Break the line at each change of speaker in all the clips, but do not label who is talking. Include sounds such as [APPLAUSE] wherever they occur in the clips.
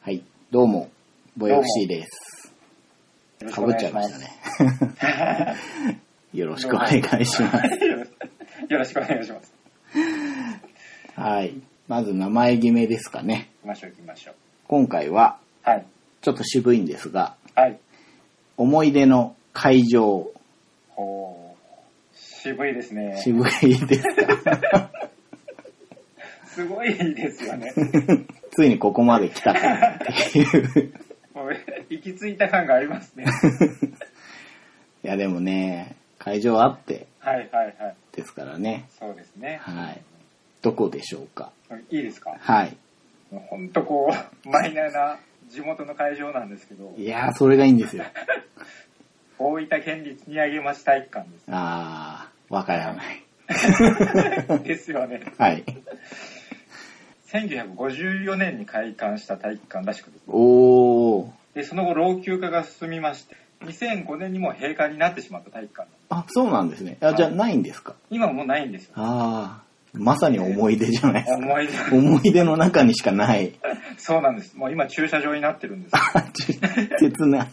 はい。どうも、ボイ
どうも
FC です。
よろし
か
くお
ぶっ
願い
ちゃいま
しま
した
す。
ね。 [LAUGHS] よろしくお願いし [LAUGHS] ます。
よろしくお願いします。
はい。まず名前決めですかね。
行きましょう行きましょう。
今回は、
はい。
ちょっと渋いんですが、
はい。
思い出の会場、
ほう。渋いですね。
渋いですか
すごいです
[LAUGHS]
よね。
[LAUGHS] ついにここまで来たかっていう。
もう行き着いた感がありますね。
いや、でもね、会場あって
はいはいはい。
ですからね。
そうですね。
はい。どこでしょうか。
いいですか
はい。
もうほんとこう、マイナーな地元の会場なんですけど、
いやー、それがいいんですよ。
大分県立にあげまし体育館で
あー、わからない。
す。です
[LAUGHS]
よね。
はい。
1954年に開館した体育館らしくです。
おー。
で、その後老朽化が進みまして、2005年にもう閉館になってしまった体育館。
あ、そうなんですね。あ、じゃあ
はい
ないんですか。
今はもうないんですよ。
ああ、まさに思い出じゃないです
思い出。
か。思い出の中にしかない。 [LAUGHS]
そうなんです。もう今 [LAUGHS] 駐車場になってるんです。
あち切ない。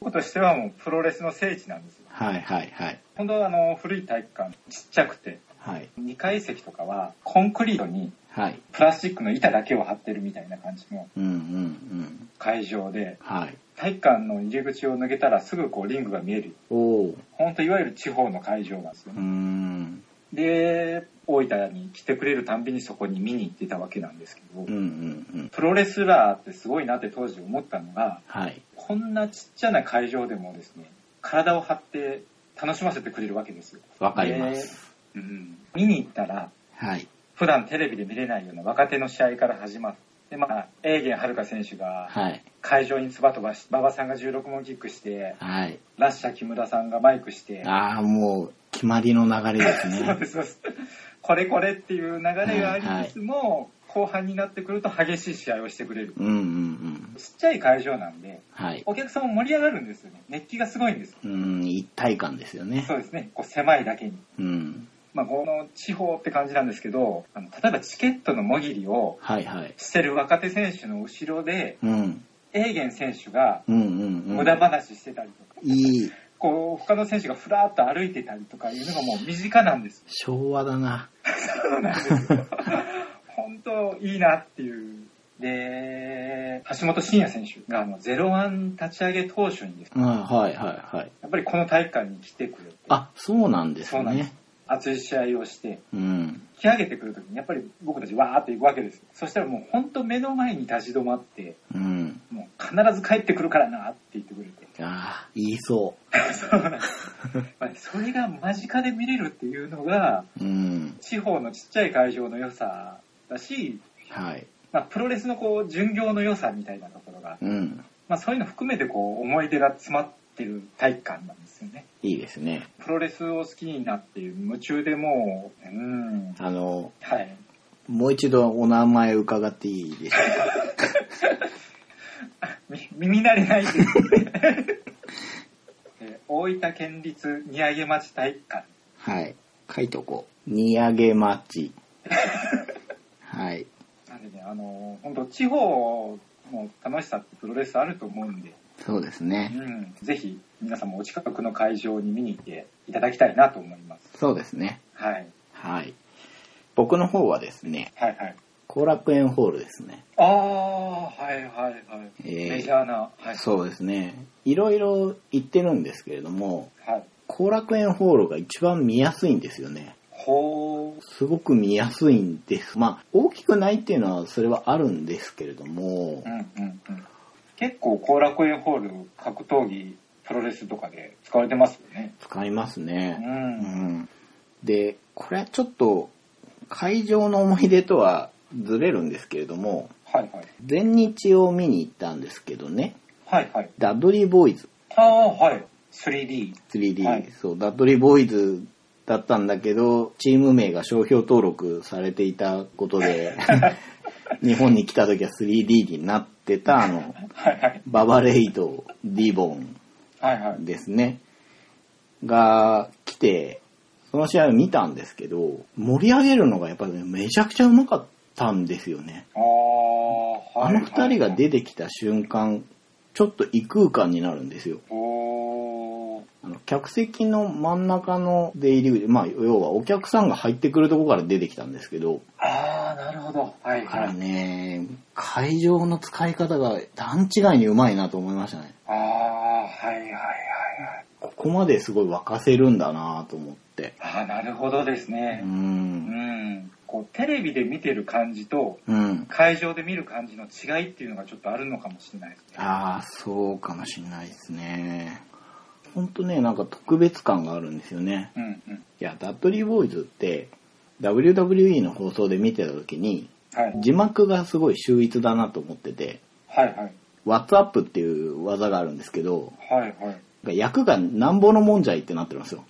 僕としてはもうプロレスの聖地なんですよ。
はいはいはい。
本当はあの古い体育館、ちっちゃくて、
はい。
2階席とかはコンクリートに
はい。
プラスチックの板だけを張ってるみたいな感じの
うんうんうん。
会場で、
はい。
体育館の入り口を抜けたらすぐこうリングが見える。
おお。
本当いわゆる地方の会場なんですよ
うー
ね。
ん。
で、大分に来てくれるたんびにそこに見に行ってたわけなんですけど、
うんうんうん。
プロレスラーってすごいなって当時思ったのが、
はい。
こんなちっちゃな会場でもですね、体を張って楽しませてくれるわけですよ。
わかります。
でうん、見に行ったら、
はい。
普段テレビで見れないような若手の試合から始まって、まあ、永玄遥選手が
はい。
会場につば飛ばし、馬場さんが16問キックして、
はい。
ラッシャー木村さんがマイクして、
ああ、もう、決まりの流れです
そうで
ね。
す、そうです。これこれっていう流れがありつつも、後半になってくると激しい試合をしてくれる。
うんうんうん。
ちっちゃい会場なんで、
はい。
お客さんも盛り上がるんですよね。熱気がすごいんです。
うん、一体感ですよね
そ。うですね、こう狭いだけに。
うん。
まあ、この地方って感じなんですけど、あの例えばチケットのもぎりを
はいはい。
してる若手選手の後ろで、
うん。
エーゲン選手が
うんうんうん。
無駄話してたりとか、
いい。
こう、他の選手がふらーっと歩いてたりとかいうのがもう身近なんです。
昭和だな。
そうなんですよ。本当、いいなっていう。で、橋本真也選手があの、ゼロワン立ち上げ当初にです
う
ね、
ん、はいはいはい。
やっぱりこの体育館に来てくれて、
あ、そうなんです
そうなんです
ね。
熱い試合をして、
うん。
引き上げてくるときにやっぱり僕たちわーって行くわけですよそしたらもう本当目の前に立ち止まって
うん。
もう必ず帰ってくるからなって言ってくれて
ああ、言いそ
そうなんですまあそれが間近で見れるっていうのが
う。うん。
地方のちっちゃい会場の良さだし、
はい。
まあ、プロレスのこう巡業の良さみたいなところが、
うん。
まあ、そういうの含めてこう思い出が詰まってる体育館なんですよね
いいですね。
プロレスを好きになって夢中でもううん
あの、
はい
もう一度お名前伺っていいです
[LAUGHS]
か
み耳慣れない
[LAUGHS]
ですね。えー大分県立宮城町体育館。
はい。書いとこう。荷上げ
[LAUGHS]
町。はい。
なんでね、あのー、本当地方の楽しさってプロレスあると思うんで、
そうです
う
ね。
ん、ぜひ皆さんもお近くの会場に見に行っていただきたいなと思います。
そうですね。
はい。
はい。僕の方はですね、
はいはい。
後楽園ホールですね。
ああ、はいはいはい。
えー
メジャーな。はい。
そうですね。いろいろ行ってるんですけれども、
はい。
後楽園ホールが一番見やすいんですよね。
ほう。
すごく見やすいんです。まあ、大きくないっていうのはそれはあるんですけれども
う、んうんうん。結構後楽園ホール格闘技、プロレスとかで使われてますよね。
使います
う。
ね。うんん。で、これはちょっと、会場の思い出とはずれるんですけれども、
はいはい。
前日を見に行ったんですけどね、
はいはい。
ダブリーボーイズ
ああ、はい。3D。
3D、
はい
そう、ダブリーボーイズだったんだけど、チーム名が商標登録されていたことで、
[LAUGHS]
日本に来た時は 3D になってた、あの、
はいはい。
ババレイト、ディボン
はいはい。
ですね、が来て、その試合を見たんですけど、盛り上げるのがやっぱりねめちゃくちゃうまかったんですよね。
ああ、は
あの2人が出てきた瞬間、ちょっと異空間になるんですよ。
おー
あの客席の真ん中の出入り口、まあ、要はお客さんが入ってくるとこから出てきたんですけど、
ああ、なるほど。はい
だか
は
ら
い。
ね、会場の使い方が段違いにうまいなと思いましたね。
ああ、はいはいはいはい。
ここまですごい沸かせるんだなと思って。
ああ、なるほどです
う。
ね。うんん。こう、テレビで見てる感じと、
うん。
会場で見る感じの違いっていうのがちょっとあるのかもしれないですね。
ああ、そうかもしんないですね。ほんとね、なんか特別感があるんですよね。
うんうん。
いや、ダッドリーボーイズって、WWE の放送で見てた時に、
はい。
字幕がすごい秀逸だなと思ってて、
はいはい。
What's Up っていう技があるんですけど、
はいはい。
役がなんぼのもんじゃいってなってるんですよ。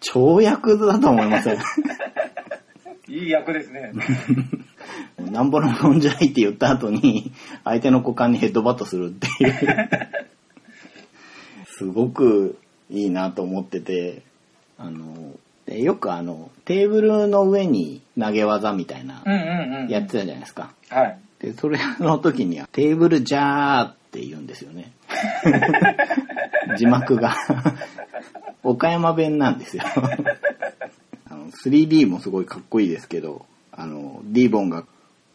超役だと思いません。
いい役で
[LAUGHS]
すね。
なんぼのもんじゃいって言った後に、相手の股間にヘッドバットするっていう。すごくいいなと思ってて、あの、でよくあの、テーブルの上に投げ技みたいな
うん、うんうん。
やってたじゃないですか。
はい。
で、それの時には、テーブルジャーって言うんですよね。字幕が。岡山弁なんですよ。あの、3D もすごいかっこいいですけど、あの、ディーボンが、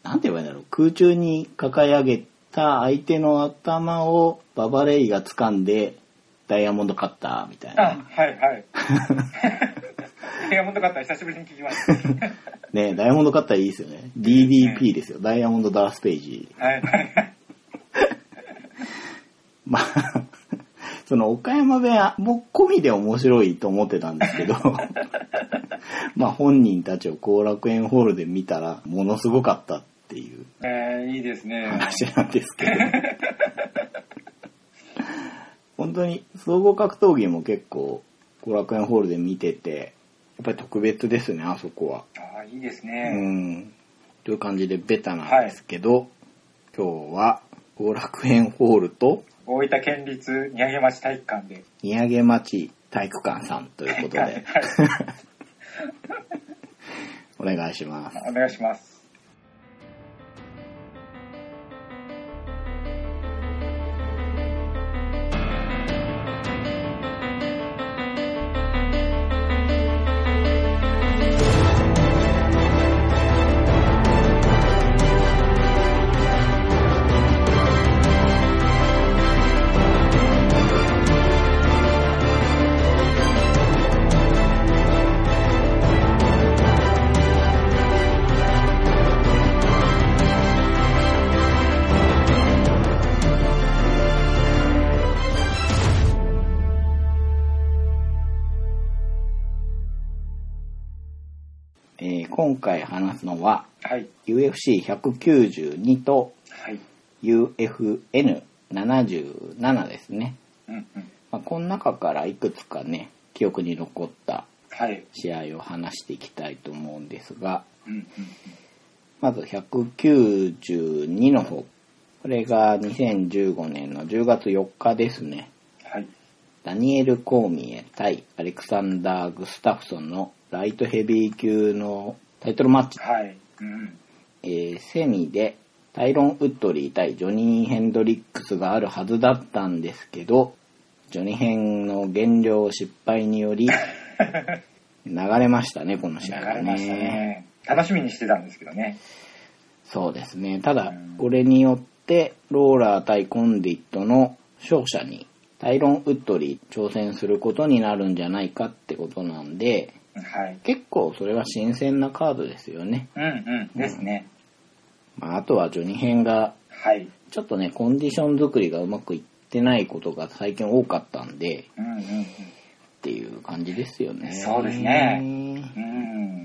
なんて言えばいいんだろう、空中に抱え上げた相手の頭をババレイが掴んで、ダイヤモンドカッターみたい
あ
な。、
はい [LAUGHS] はい。手がもとかったら久しぶりに聞きました。
ねダイヤモンドカッターいいですよね。DDP ですよ。ダイヤモンドダースページ。
はいはい。
まあ、 [LAUGHS] その岡山部屋も込みで面白いと思ってたんですけど、 [LAUGHS] まあ本人たちを後楽園ホールで見たらものすごかったっていう
えー、いいですね。
話なんですけど、 [LAUGHS] 本当に総合格闘技も結構後楽園ホールで見てて、やっぱり特別ですね、あそこは。
あーいいです
う
ね。
ん。という感じでベタなんですけど、今日は後楽園ホールと
大分県立宮城町体育館で。
土産町体育館さんということ
はい
で、お願いします。
お願いします。
えー今回話すのは、
はい。
UFC192 と
はい。
UFN77 ですね。
うんうん。
まあ、この中からいくつかね、記憶に残った
はい。
試合を話していきたいと思うんですが、
うんうん
まず192の方。これが2015年の10月4日ですね。
はい。
ダニエル・コーミエ対アレクサンダー・グスタフソンのライトヘビー級のタイトルマッチ、
はい。うん
えーセミでタイロン・ウッドリー対ジョニー・ヘンドリックスがあるはずだったんですけどジョニー・ヘンの減量失敗により流れましたねこの
流
試合が
れ
ね
ましたね。楽しみにしてたんですけどね。
そうですねただ
うん
これによってローラー対コンディットの勝者にタイロン・ウッドリー挑戦することになるんじゃないかってことなんで
はい。
結構それは新鮮なカードですよね。
うんうん。ですね。
まあ、あとはジョニヘンが、
はい。
ちょっとね、コンディション作りがうまくいってないことが最近多かったんで、
うんうん
っていう感じですよね。
そうです
ね。
うん。う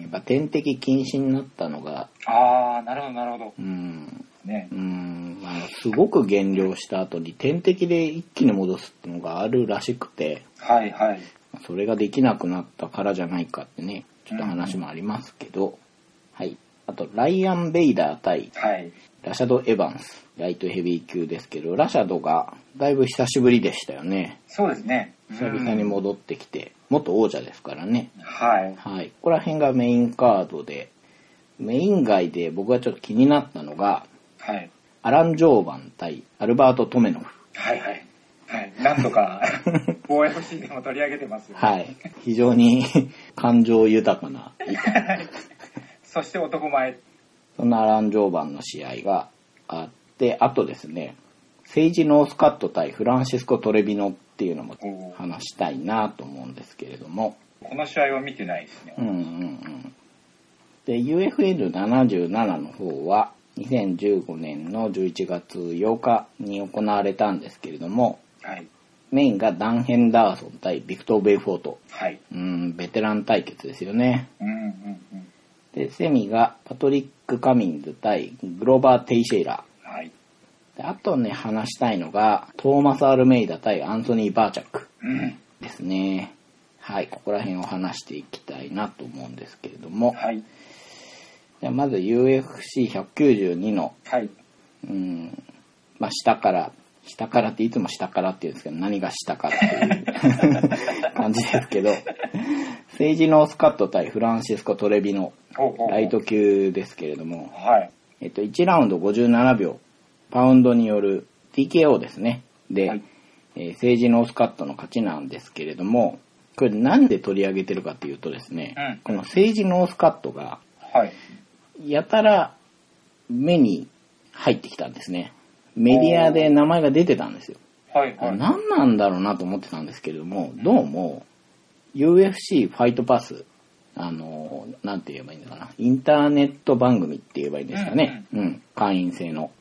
やっ
ん。
ぱ点滴禁止になったのが、
ああ、なるほどなるほど。
うん、
ね
う。ん、まあ、すごく減量した後に点滴で一気に戻すってのがあるらしくて、
はいはい。
それができなくなったからじゃないかってね、ちょっと話もありますけど、はい。あと、ライアン・ベイダー対
はい。
ラシャド・エヴァンス、ライトヘビー級ですけど、ラシャドがだいぶ久しぶりでしたよね。
そうですね。
久々に戻ってきて、元王者ですからね。
うん。はい。
はい。ここら辺がメインカードで、メイン外で僕がちょっと気になったのが、
はい。
アラン・ジョーバン対アルバート・トメノフ。
はいはい。はい。なん
[LAUGHS]
とか、OFC でも取り上げてますよ、
はい。非常に感情豊かな。
そして男前。
そんなアラン・ジョーバンの試合があって、あとですね、セイジ・ノースカット対フランシスコ・トレビノっていうのも
おー
話したいなと思うんですけれども、
この試合は見てないですね
う。んうんうん。で、UFN77 の方は、2015年の11月8日に行われたんですけれども、
はい。
メインがダン・ヘンダーソン対ビクトー・ベイフォート。
はい。
うん、ベテラン対決ですよね。
うんうんうん。
で、セミがパトリック・カミンズ対グローバー・テイシェイラ
はい。
ー。であとね、話したいのが、トーマス・アルメイダ対アンソニー・バーチャック
うん。
ですね。はい、ここら辺を話していきたいなと思うんですけれども、
はい。
じゃあまず UFC192 の、
はい。
うん、まあ、下から、下からっていつも下からって言うんですけど、何が下かっていう感じですけど、政治のスカット対フランシスコ・トレビの
おうおう
ライト級ですけれども、
はい。
えっと、1ラウンド57秒、パウンドによる TKO ですね。で、
はい
えー政治ノースカットの勝ちなんですけれども、これなんで取り上げてるかっていうとですね、
うん
この政治ノースカットが、
はい。
やたら目に入ってきたんですね。メディアで名前が出てたんですよ。
はい。
あ
はい。
何なんだろうなと思ってたんですけれども、どうも、UFC ファイトパス、あの、なんて言えばいいのかな、インターネット番組って言えばいいんですかね。うん、会員制の。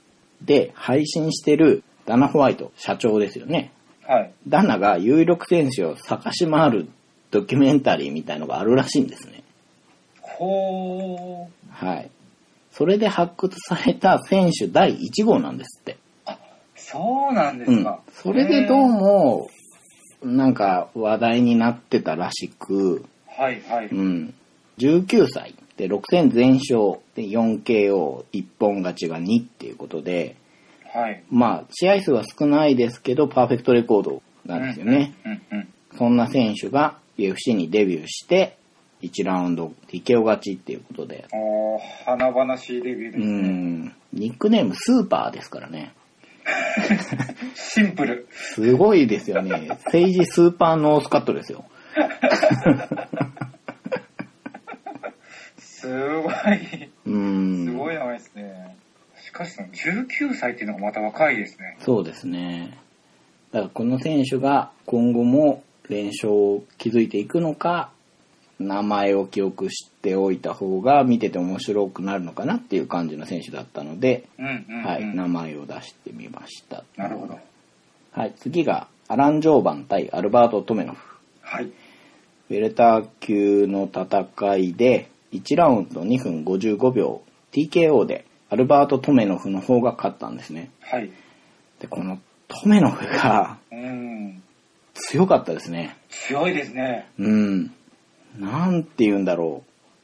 で、配信してるダナ・ホワイト、社長ですよね。
はい。
ダナが有力選手を探し回るドキュメンタリーみたいのがあるらしいんですね。
こう、
はい。それで発掘された選手第1号なんですって。
そうなんで
う
す
ん
か。、
それでどう
へ
も、なんか話題になってたらしく、
ーはい。はい。
うん、19歳で6戦全勝で 4KO、一本勝ちが2っていうことで、
はい。
まあ、試合数は少ないですけど、パーフェクトレコードなんですよね。
うんうん。
そんな選手が UFC にデビューして、1ラウンド TKO 勝ちっていうことで、
おー、華々しいデビ
う
ューですね。
ん、ニックネームスーパーですからね。
シンプル。
すごいですよね。政治スーパーノースカットですよ。
すごい。
うん。
すごい名前ですね。しかし、その19歳っていうのがまた若いですね。
そうですね。だからこの選手が今後も連勝を築いていくのか、名前を記憶しておいた方が見てて面白くなるのかなっていう感じの選手だったので、
うんうん、うん。
はい、名前を出してみました。
なるほど。
はい、次がアラン・ジョーバン対アルバート・トメノフ。
はい。
ウェルター級の戦いで1ラウンド2分55秒 TKO でアルバート・トメノフの方が勝ったんですね。
はい。
で、このトメノフが
うん。
強かったですね。
強いですね。
うん。なんて言うんだろ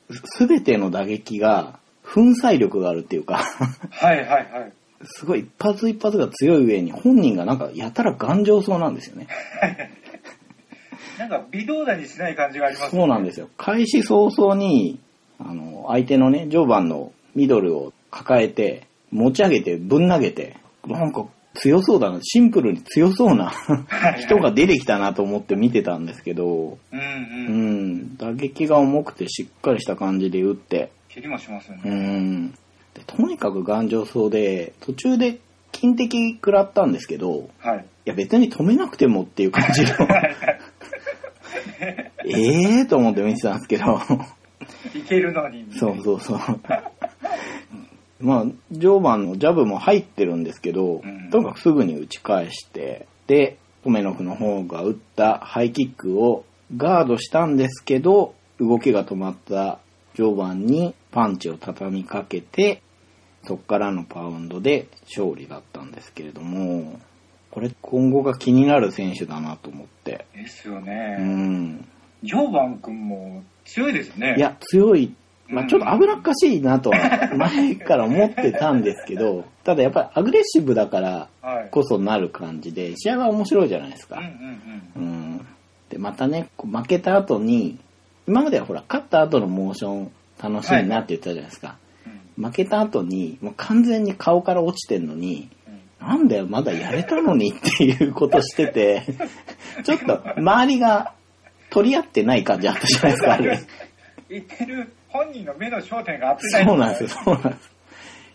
う。すすべての打撃が、粉砕力があるっていうか、 [LAUGHS]
はいはいはい。
すごい一発一発が強い上に、本人がなんかやたら頑丈そうなんですよね。
なんか微動だにしない感じがありますね。
そうなんですよ。開始早々に、あの、相手のね、ジョーバンのミドルを抱えて、持ち上げて、ぶん投げて、なんか強そうだな、シンプルに強そうな
はいはい
人が出てきたなと思って見てたんですけど、う
うんうん。
ん、打撃が重くてしっかりした感じで打って、
蹴りもしますよ
う
ね。
んでとにかく頑丈そうで途中で金的食らったんですけど
はい。
いや別に止めなくてもっていう感じ
[LAUGHS]
のええと思って見てたんですけど
いけるのに。
そうそうそう [LAUGHS] まあ常磐のジャブも入ってるんですけど、
うん
とにかくすぐに打ち返してでトメノフの方が打ったハイキックをガードしたんですけど動きが止まった常磐にパンチを畳みかけてそこからのパウンドで勝利だったんですけれども、これ今後が気になる選手だなと思って。
ですよ
う
ね。
ん。
ジョーバン君も強いですよね。
い。や、強い。まあ
うん
ちょっと危なっかしいなとは前から思ってたんですけ
[LAUGHS]
ど、ただやっぱりアグレッシブだから
はい。
こそなる感じで、試合は面白いじゃないです
うんうん
か。うん。で、またね、こう負けた後に、今まではほら、勝った後のモーション楽しいなって言ってたじゃないですか。
うん
負けた後に、もう完全に顔から落ちてんのに、
うん
なんだよ、まだやれたのにっていうことしてて、 [LAUGHS] ちょっと周りが取り合ってない感じあったじゃないですか、あれ。
言ってる本人の目の焦点が合ってない
そうなんですよ、 [LAUGHS] そうなんです。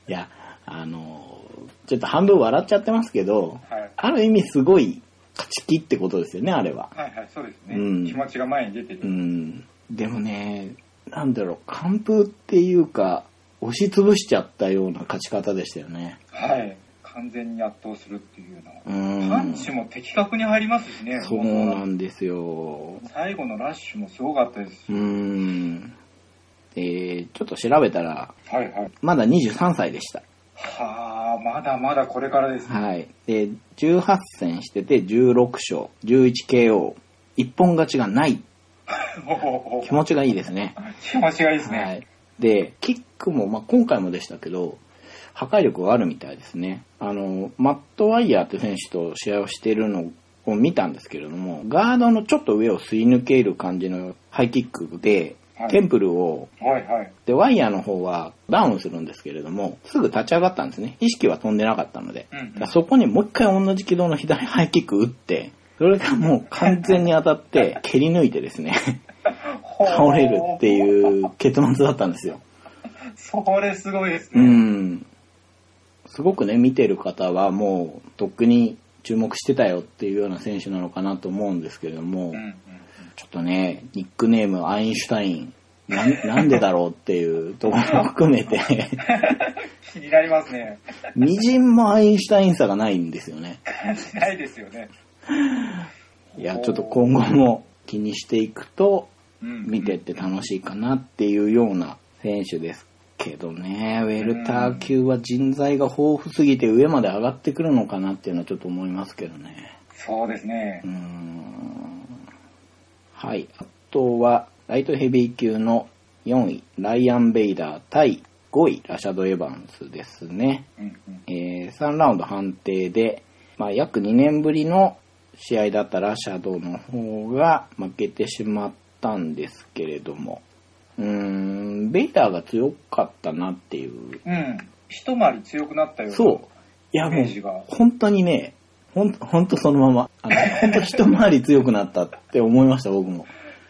いや、あの、ちょっと半分笑っちゃってますけど、
はい、
ある意味すごい勝ち気ってことですよね、あれは。
はいはいそうですね、
うん
気持ちが前に出てる、
うん。でもね、なんだろう、完封っていうか、押しつぶしちゃったような勝ち方でしたよね。
はい完全に圧倒するっていうよ
う
うな、
ん。
パンチも的確に入りますしね
そうなんですよ。
最後のラッシュもすごかったですし、
うーん。で、ちょっと調べたら、
はいはい
まだ23歳でした。
はあまだまだこれからですね
はい。で、18戦してて16勝、11KO、一本勝ちがない。
ほほほ
[LAUGHS] 気持ちがいいですね。
気持ちがいいですね、
はい。で、キックも、まあ、今回もでしたけど、破壊力があるみたいですね。あの、マット・ワイヤーって選手と試合をしているのを見たんですけれども、ガードのちょっと上をすり抜ける感じのハイキックで、
はい
テンプルを
はいはい
で、ワイヤーの方はダウンするんですけれども、すぐ立ち上がったんですね。意識は飛んでなかったので。
うんうん
だからそこにもう一回同じ軌道の左ハイキック打って、それがもう完全に当た
[LAUGHS]
って、蹴り抜いてですね、倒れるって
う
いう結末だったんですよ。
それすごいです
う
ね、
ん。すごくね、見てる方はもう、とっくに注目してたよっていうような選手なのかなと思うんですけれども、
うんうんうん
ちょっとね、ニックネームアインシュタイン、なんなんでだろうっていうところも含めて、
気になりますね。
みじんもアインシュタイン差がないんですよ
[LAUGHS]
ね。
しないですよね。
いや、ちょっと今後も気にしていくと、
うん
見てって楽しいかなっていうような選手ですけどね、ウェルター級は人材が豊富すぎて上まで上がってくるのかなっていうのはちょっと思いますけどね。
そうですね
うー。ん。はい。あとは、ライトヘビー級の4位、ライアン・ベイダー対5位、ラシャド・エヴァンスですね。
うんうん
えー3ラウンド判定で、まあ、約2年ぶりの試合だったラシャドの方が負けてしまったんですけれども、うーん、ベイダーが強かったなっていう。
うん。一回り強くなったような。
そう。いや
イ
も
メ
う
ージが、
本当にね、ほん、ほんとそのまま。あの、ほんと一回り強くなったって思いました、僕も。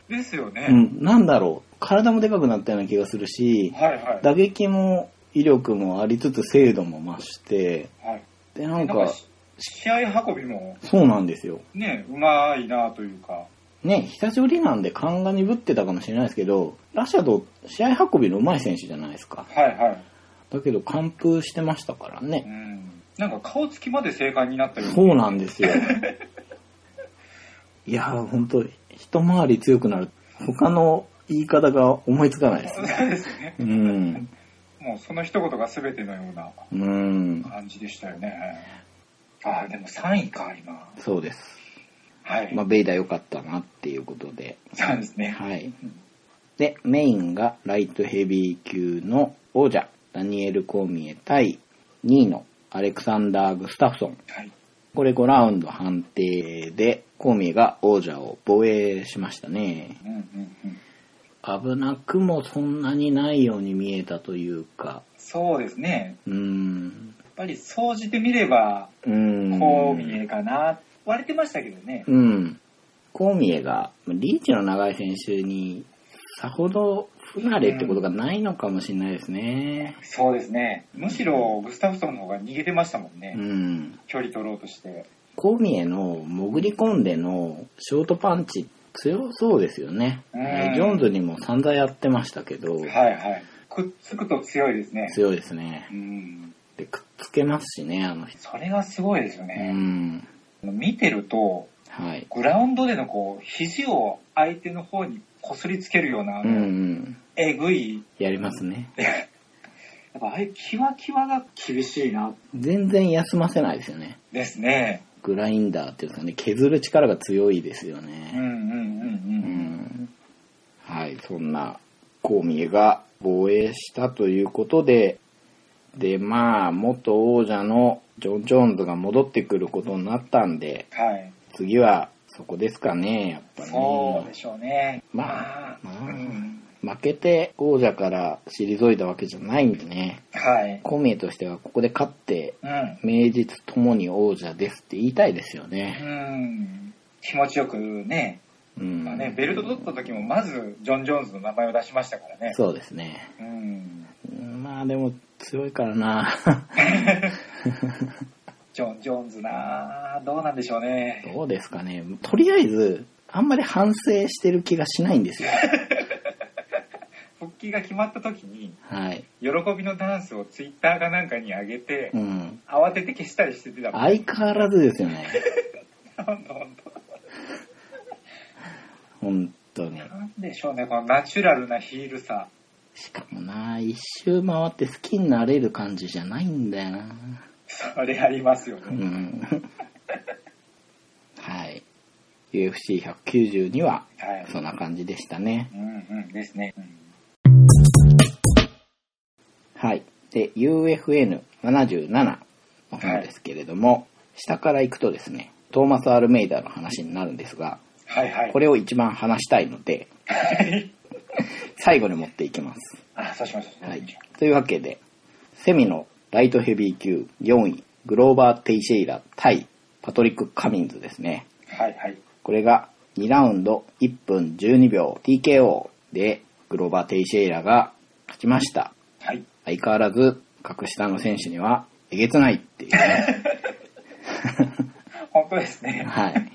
ですよね。
うん、なんだろう。体もでかくなったような気がするし、
はいはい。
打撃も威力もありつつ精度も増して、
はい、
で、なん
なん
か
か、し試合運びも
そうなんですよ。
ね、うまいなというか。
ね、久しぶりなんで勘が鈍ってたかもしれないですけど、ラシャド、試合運びの上手い選手じゃないですか。
はいはい。
だけど、完封してましたから
う
ね。
ん。なんか顔つきまで正解になったよう
そ
な。
うなんですよ。いやー、ほんと、一回り強くなる。他の言い方が思いつかないです。
そうですね。
うん。
[LAUGHS] もうその一言が全てのような
うん。
感じでしたよね。ああ、でも3位か、今。
そうです。
はい。
まあ、ベイダー良かったなっていうことで。
そうですね。
はい。で、メインがライトヘビー級の王者、ダニエル・コーミエ対2位のアレクサンダー・グスタフソン。
はい。
これ5ラウンド判定で、コーミエが王者を防衛しましたね。
うんうんうん。
危なくもそんなにないように見えたというか、
そうですね。
うーん。
やっぱり総じてみれば、
うーん。
こう見えかな。割れてましたけどね。
うん。コーミエが、リーチの長い選手に、さほど不慣れってことがないのかもしれないですね。
そうですね。むしろグスタフソンの方が逃げてましたもんね。
うん。
距離取ろうとして。
コミエの潜り込んでのショートパンチ強そうですよね。
うん
えージョーンズにも散々やってましたけど、
はいはい。くっつくと強いですね。
強いですね
う。ん。
で、くっつけますしね、あの人。
それがすごいですよ
う
ね。
ん。
見てると、
はい。
グラウンドでのこう、肘を相手の方にこすりつけるような、あ
うんう
の、
ん。
えぐい、 [LAUGHS]
やりますね。
やっぱああいうキワキワが厳しいな、
全然休ませないですよね。
ですね。
グラインダーっていうんですかね、削る力が強いですよ
うんう
ね。
んうん
う
うん。
ん。はい、そんなコミエが防衛したということで、で、まあ、元王者のジョン・ジョーンズが戻ってくることになったんで、
はい。
次はそこですかね、やっぱり、
そう
ね
で。しょうね。
まあ
まあうん
負けて王者から退いたわけじゃないんでね。
はい。
孔明としてはここで勝って、
うん。
名実ともに王者ですって言いたいですよね。
うん。気持ちよくね、
うん。
まあね、ベルト取った時もまずジョン・ジョーンズの名前を出しましたからね。
そうですね。
うん。
うんまあでも強いからな。
ジョン・ジョーンズなぁどうなんでしょうね。
どうですかね。とりあえず、あんまり反省してる気がしないんですよ。
復帰が決まった時に、
はい。
喜びのダンスをツイッターかなんかに上げて、
うん。
慌てて消したりしてたもん。
相変わらずですよね。
ほんとほんと
本当に。
なんでしょうね、このナチュラルなヒールさ。
しかもな、一周回って好きになれる感じじゃないんだよな。
それありますよ
う
ね。
ん。はい。UFC192 は、
はい。
そんな感じでしたね。
うんうんですね。うん
はい。で、UFN77 の方ですけれども、下から行くとですね、トーマス・アルメイダの話になるんですが、
はいはい。
これを一番話したいので、
はい
最後に持っていきます。
あ、そうしました。
はい。というわけで、セミのライトヘビー級4位、グローバー・テイシェイラ対パトリック・カミンズですね。
はいはい。
これが2ラウンド1分12秒 TKO でグローバー・テイシェイラが勝ちました。
はい。
相変わらず格下の選手にはえげつないっていうね。
本当ですね。
はい。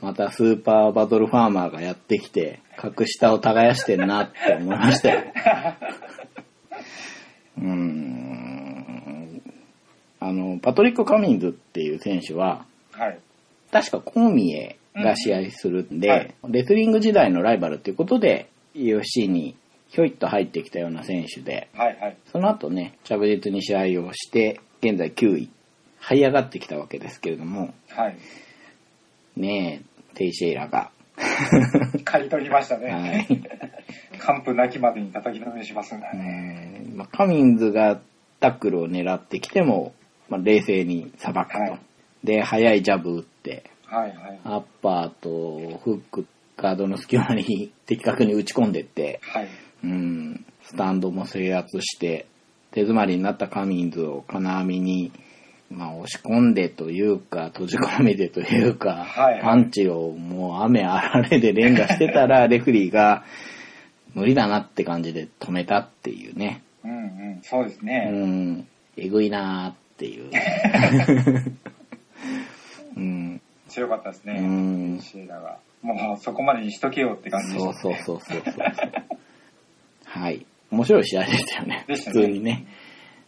またスーパーバトルファーマーがやってきて格下を耕してんなって思いましたよ。うーん。あの、パトリック・カミンズっていう選手は
はい。
確かコーミエが試合するんで、
うんはい
レスリング時代のライバルということで UFC にひょいっと入ってきたような選手で、
はいはい。
その後ね、着実に試合をして、現在9位、這い上がってきたわけですけれども、
はい。
ねえ、テイシェイラが、
刈り取りました
は
ね。
い、
完膚なきまでに叩きのめしますんだ
う
ね。
んまあカミンズがタックルを狙ってきても、まあ、冷静にさばくと、
はい
で、速いジャブ打って、
はいはい。
アッパーとフック、ガードの隙間に [LAUGHS] 的確に打ち込んでって、
はい。
うん、スタンドも制圧して、手詰まりになったカミンズを金網に、まあ、押し込んでというか、閉じ込めてというか、
はいはい
パンチをもう雨あられで連打してた
[LAUGHS]
ら、レフェリーが、無理だなって感じで止めたっていうね。
うんうん。そうです
う
ね。
ん、えぐいなーって
[LAUGHS]
いう。うん、
強かったです
う
ね。
ん、
シエラが。もうそこまでにしとけよって感じで
そう
した
そうそうそうそう。はい。面白い試合でしたよね。
で
普
したね
通にね。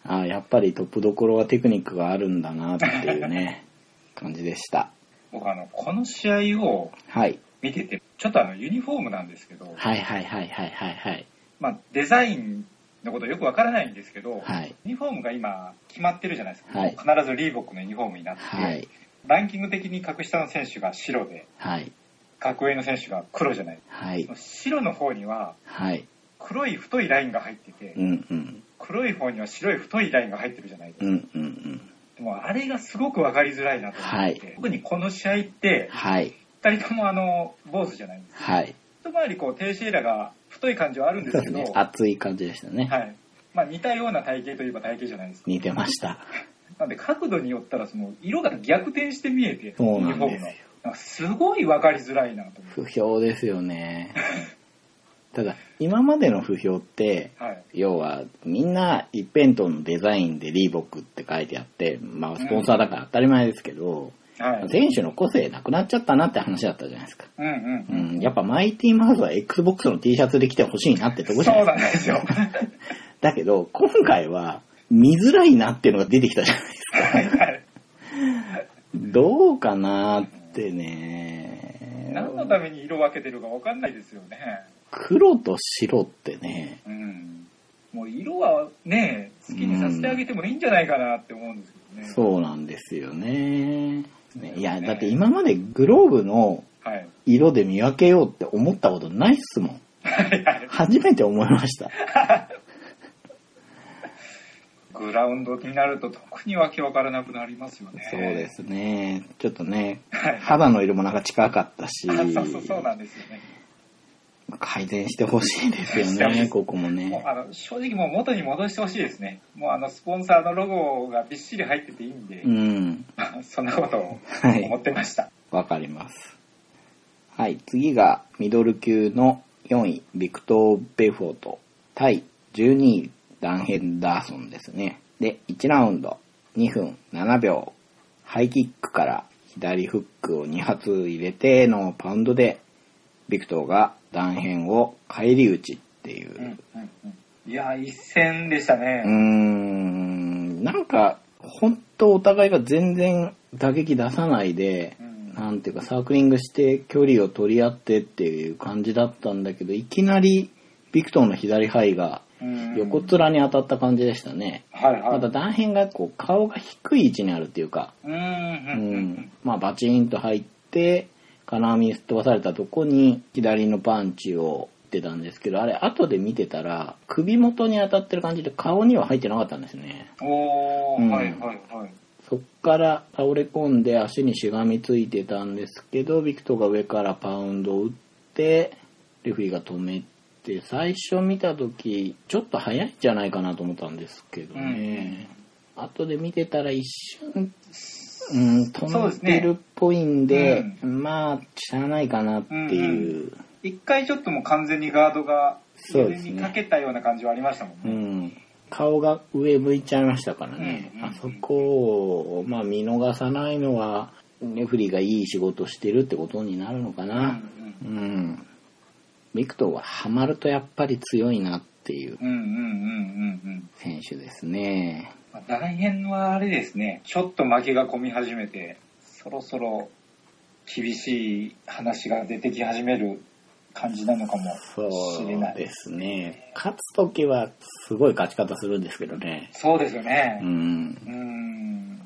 ああ、やっぱりトップどころはテクニックがあるんだなっていう
[LAUGHS]
ね、感じでした。
僕あの、この試合を
はい。
見てて、ちょっとあの、ユニフォームなんですけど、
はいはいはいはいはいはい。
まあ、デザインのことよくわからないんですけど、
はい。
ユニフォームが今決まってるじゃないですか。
はい
必ずリーボックのユニフォームになってて、
はい。
ランキング的に格下の選手が白で、
はい。
格上の選手が黒じゃない。
はい。
白の方には
はい。
黒い太いラインが入ってて
う、んうん。
黒い方には白い太いラインが入ってるじゃないです
う
か。
んうんうん。
でもあれがすごくわかりづらいなと思って、
はい
特にこの試合って、
はい。
二人ともあの、坊主じゃないんです。
はい。
一回りこう、低シエラが太い感じはあるんで
そう
す
で
け
す
ど、
ね。熱い感じでしたね。
はい。まあ似たような体型といえば体型じゃないですか。
似てました。
なんで角度によったらその色が逆転して見えて、
そうなんですよ
ユニフォームのなんかすごい分かりづらいなと思っ
不評ですよね。ただ、今までの不評って、
て。はい。
要はみんな一辺倒のデザインでリーボックって書いてあって、まあスポンサーだから当たり前ですけど、
はい。
選手の個性なくなっちゃったなって話だったじゃないですか。
うんうん
う。ん、やっぱマイティマウスは Xbox の T シャツで来てほしいなってとこじゃない
そ
うで
なんです
[LAUGHS]
よ。は
すか。だけど、今回は見づらいなっていうのが出てきたじゃないですか。
いはい。
どうかなってね。
何のために色分けてるか分かんないですよね。
黒と白ってね、
うん。もう色はね、好きにさせてあげてもいいんじゃないかなって思うんですけどね。う。
そうなんですよね。ねいや、だって今までグローブの
はい。
色で見分けようって思ったことないっすもん。
はいはい。
初めて思いました。
グラウンドになると特にわけ分からなくなりますよね。。
そうですすね。ちょっとね、
はい。
[LAUGHS] 肌の色もなんか近かったし、
あそうそうそうなんですよね。
改善してほ [LAUGHS] しいですよ
してほしい
ね、ここも
もう
ね。
あの正直もう元に戻してほしいですね。もうあのスポンサーのロゴがびっしり入ってていいんで、
うん。
そんなことを
はい
思ってました。
わかります。はい、次がミドル級の4位、ビクトー・ベフォート対12位、ダンヘンダーソンですね。で、1ラウンド、2分7秒、ハイキックから左フックを2発入れてのパウンドで、ビクトーがダンヘンを返り討ちっていう
うんう。んうん、いやー、一戦でしたね
う。ーん、なんか、本当お互いが全然打撃出さないで、
うん
なんていうかサークリングして距離を取り合ってっていう感じだったんだけどいきなりビクトンの左肺が
うん
横面に当たった感じでしたね、
はいはい。
また断片がこう顔が低い位置にあるっていうか、
うんう
う
んうんん、
まあバチンと入って金網にすっ飛ばされたとこに左のパンチを打ってたんですけどあれ後で見てたら首元に当たってる感じで顔には入ってなかったんですね
うん。おー、
うん
はいはいはい。
そっから倒れ込んで足にしがみついてたんですけど、ビクトが上からパウンドを打って、レフェリーが止めて、最初見た時ちょっと早いんじゃないかなと思ったんですけどね。後で見てたら一瞬、うん、
そう
飛
で
ん
す
で
ね
るっぽいんで、まあ、しゃあないかなっていう。
一回ちょっともう完全にガードが
そう
上
ですね
にかけたような感じはありましたもん
う
ね。
ん、顔が上向いちゃいましたからね、
うんうんうん
あそこを、まあ、見逃さないのはレフェリーがいい仕事してるってことになるのか
うん
なうん、ビクトーはハマるとやっぱり強いなっていう
うんうんうんうんうんうん。
選手ですね
まあ大変はあれですね、ちょっと負けが込み始めて、そろそろ厳しい話が出てき始める感じなのかも
そ
しれ
う
ない。
ですね勝つ時はすごい勝ち方するんですけどね
そうですよね
う。ん
うーん。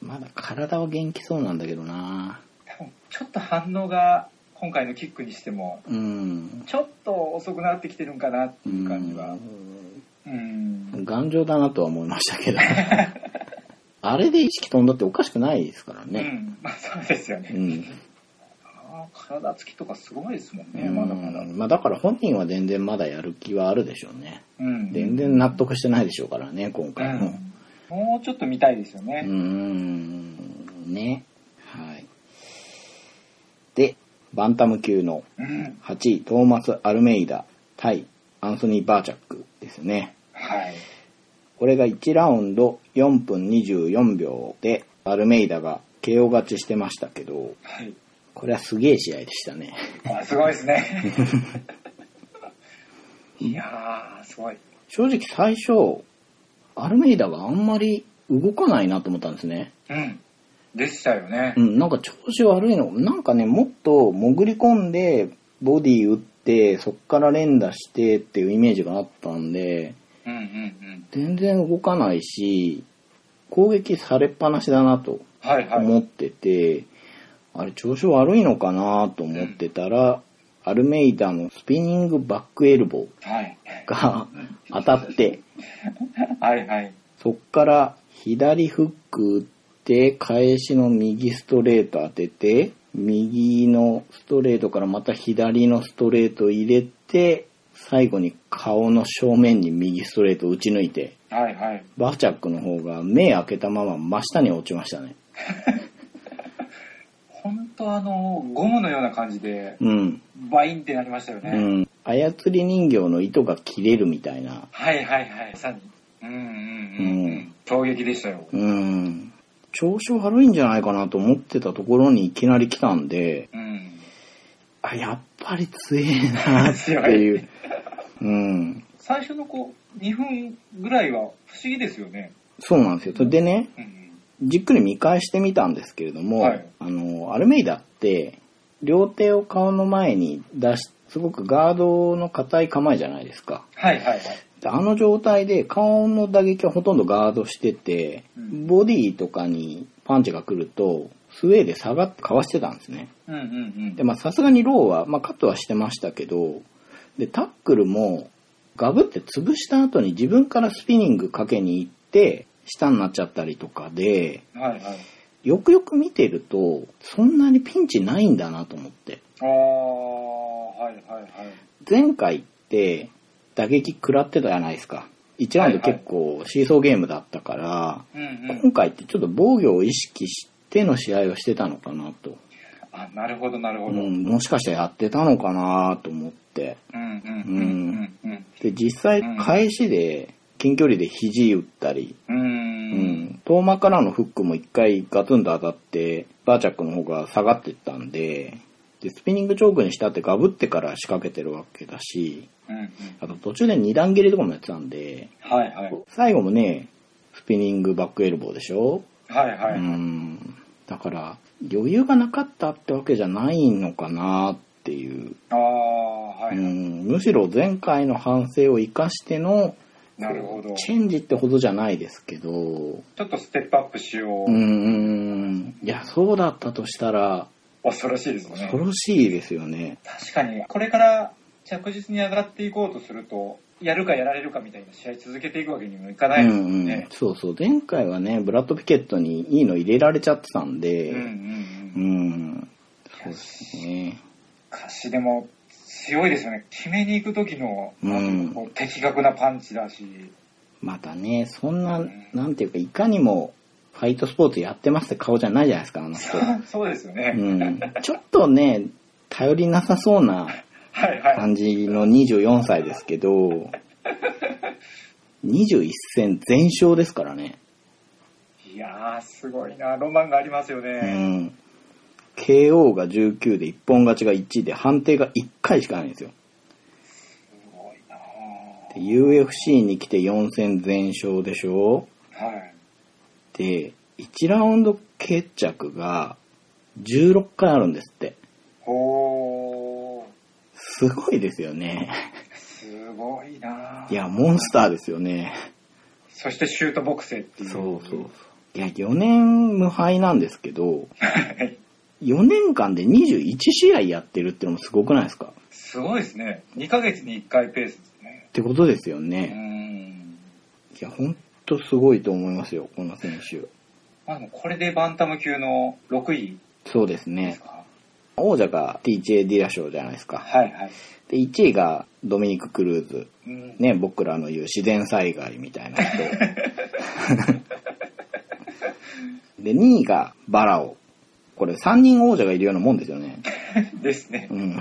まだ体は元気そうなんだけどな
多分ちょっと反応が今回のキックにしても、
うん
ちょっと遅くなってきてるんかなって
う
い
ん
う感じは。うん。
頑丈だなとは思いましたけど。 [LAUGHS] あれで意識飛んだっておかしくないですから
う
ね。
ん。まあそうですよ
う
ね。
ん。
あー体つきとかすごいですもん
う
ね、
ん
まだまだ。
まあだから本人は全然まだやる気はあるでしょうね。
うん。
全然納得してないでしょうからね、今
う
回も。
ん。もうちょっと見たいですよ
う
ね。
ん。ね。はい。で、バンタム級の
うん。
8位、トーマス・アルメイダ対アンソニー・バーチャックですね。
はい。
これが1ラウンド4分24秒で、アルメイダが KO 勝ちしてましたけど、
はい。
これはすげえ試合でしたね。
あすごいです
[LAUGHS]
ね。いやー、すごい。
正直最初、アルメイダがあんまり動かないなと思ったんですね。
うん。でしたよね
う。ん、なんか調子悪いの。なんかね、もっと潜り込んで、ボディ打って、そっから連打してっていうイメージがあったんで、
うんうんうん。
全然動かないし、攻撃されっぱなしだなと
はいはい。
思ってて、あれ調子悪いのかなと思ってたら、アルメイダのスピニングバックエルボー
はい。
が当たって、
はいはい。
そっから左フック打って、返しの右ストレート当てて、右のストレートからまた左のストレート入れて、最後に顔の正面に右ストレート打ち抜いて、
はいはい。
バーチャックの方が目開けたまま真下に落ちましたね。
ほんとあの、ゴムのような感じで、
うん。
バインってなりましたよね。
うん。操り人形の糸が切れるみたいな。
はいはいはい。まさに。うんうんうん。う、
うん
衝撃でしたよ。
うん。調子悪いんじゃないかなと思ってたところにいきなり来たんで、
うん。
あ、やっぱり強えなっていう。うん。
最初のこう、2分ぐらいは不思議ですよね。
そうなんですよ。それでね、
うん
じっくり見返してみたんですけれども、
はい
あの、アルメイダって、両手を顔の前に出し、すごくガードの硬い構えじゃないですか。
はいはいはい。
であの状態で顔の打撃はほとんどガードしてて、
うん
ボディとかにパンチが来ると、スウェーで下がってかわしてたんですね。
うんうんうん。
で、まあさすがにローは、まあカットはしてましたけど、で、タックルも、ガブって潰した後に自分からスピニングかけに行って、下になっちゃったりとかで、
はいはい。
よくよく見てると、そんなにピンチないんだなと思って。
ああ、ははいはいはい。
前回って打撃食らってたじゃないですか。1ラウンド結構シーソーゲームだったから、
うんう
今
ん。
回ってちょっと防御を意識しての試合をしてたのかなと。
あ、なるほどなる
う
ほど。う
ん、
ん
もしかしたらやってたのかなと思って。
うんうんうんうん。
で、実際
うん
返しで近距離で肘打ったり、
う。
うんん、遠間からのフックも一回ガツンと当たって、バーチャックの方が下がってったんで、で、スピニングチョークにしたってガブってから仕掛けてるわけだし、
うんうん。
あと途中で二段蹴りとかもやってたんで、
はいはい。
最後もね、スピニングバックエルボーでしょ
はいは
う
い。
ん。だから、余裕がなかったってわけじゃないのかなっていう。
ああ、は
う
い。
ん、むしろ前回の反省を生かしての、
なるほど。
チ
ち
ェンジってほどじゃないですけど、
ょっとステップアップしよ
う
う。
ん、いや、そうだったとしたら、
恐ろしいですね。
恐ろしいですよね。
確かに、これから着実に上がっていこうとすると、やるかやられるかみたいな試合続けていくわけにもいかないですもん
うんうん
ね。、
そうそう、前回はね、ブラッド・ピケットにいいの入れられちゃってたん
う
で、
んうん
う
うん。
ん、そうですね。
歌詞でも強いですよね。決めに行く時の、
うん
こう的確なパンチだし。
またね、そんな
うん、
なんていうか、いかにも、ファイトスポーツやってますって顔じゃないじゃないですか、あの人。
[LAUGHS] そうですよね。
うん。ちょっとね、頼りなさそうな
はいはい。
感じの24歳ですけど、21戦全勝ですからね。
いやー、すごいな。ロマンがありますよ
う
ね。
ん。KO が19で一本勝ちが1で判定が1回しかないんですよ。
すごいな
で UFC に来て4戦全勝でしょ
はい。
で、1ラウンド決着が16回あるんですって。
ほー。
すごいですよね。
すごいない
や、モンスターですよね。
そしてシュートボクセっていう。
そうそうそう。いや、4年無敗なんですけど、
はい。
4年間で21試合やってるってのもすごくないですかっ
[LAUGHS] すごいですね。2ヶ月に1回ペースですね。
てことですよ
うー
ね。
ん。
いや、ほんとすごいと思いますよ、この選手。
まあでもこれでバンタム級の6位
そうです
です
ね。
か。
王者が TJ ディラショーじゃないですか。
はいはい。
で、1位がドミニク・クルーズ。
うん。
ね、僕らの言う自然災害みたいな人。
[LAUGHS]
で、2位がバラオ。これ3人王者がいるようなもんですよね。
ですね
う。
[LAUGHS]
ん。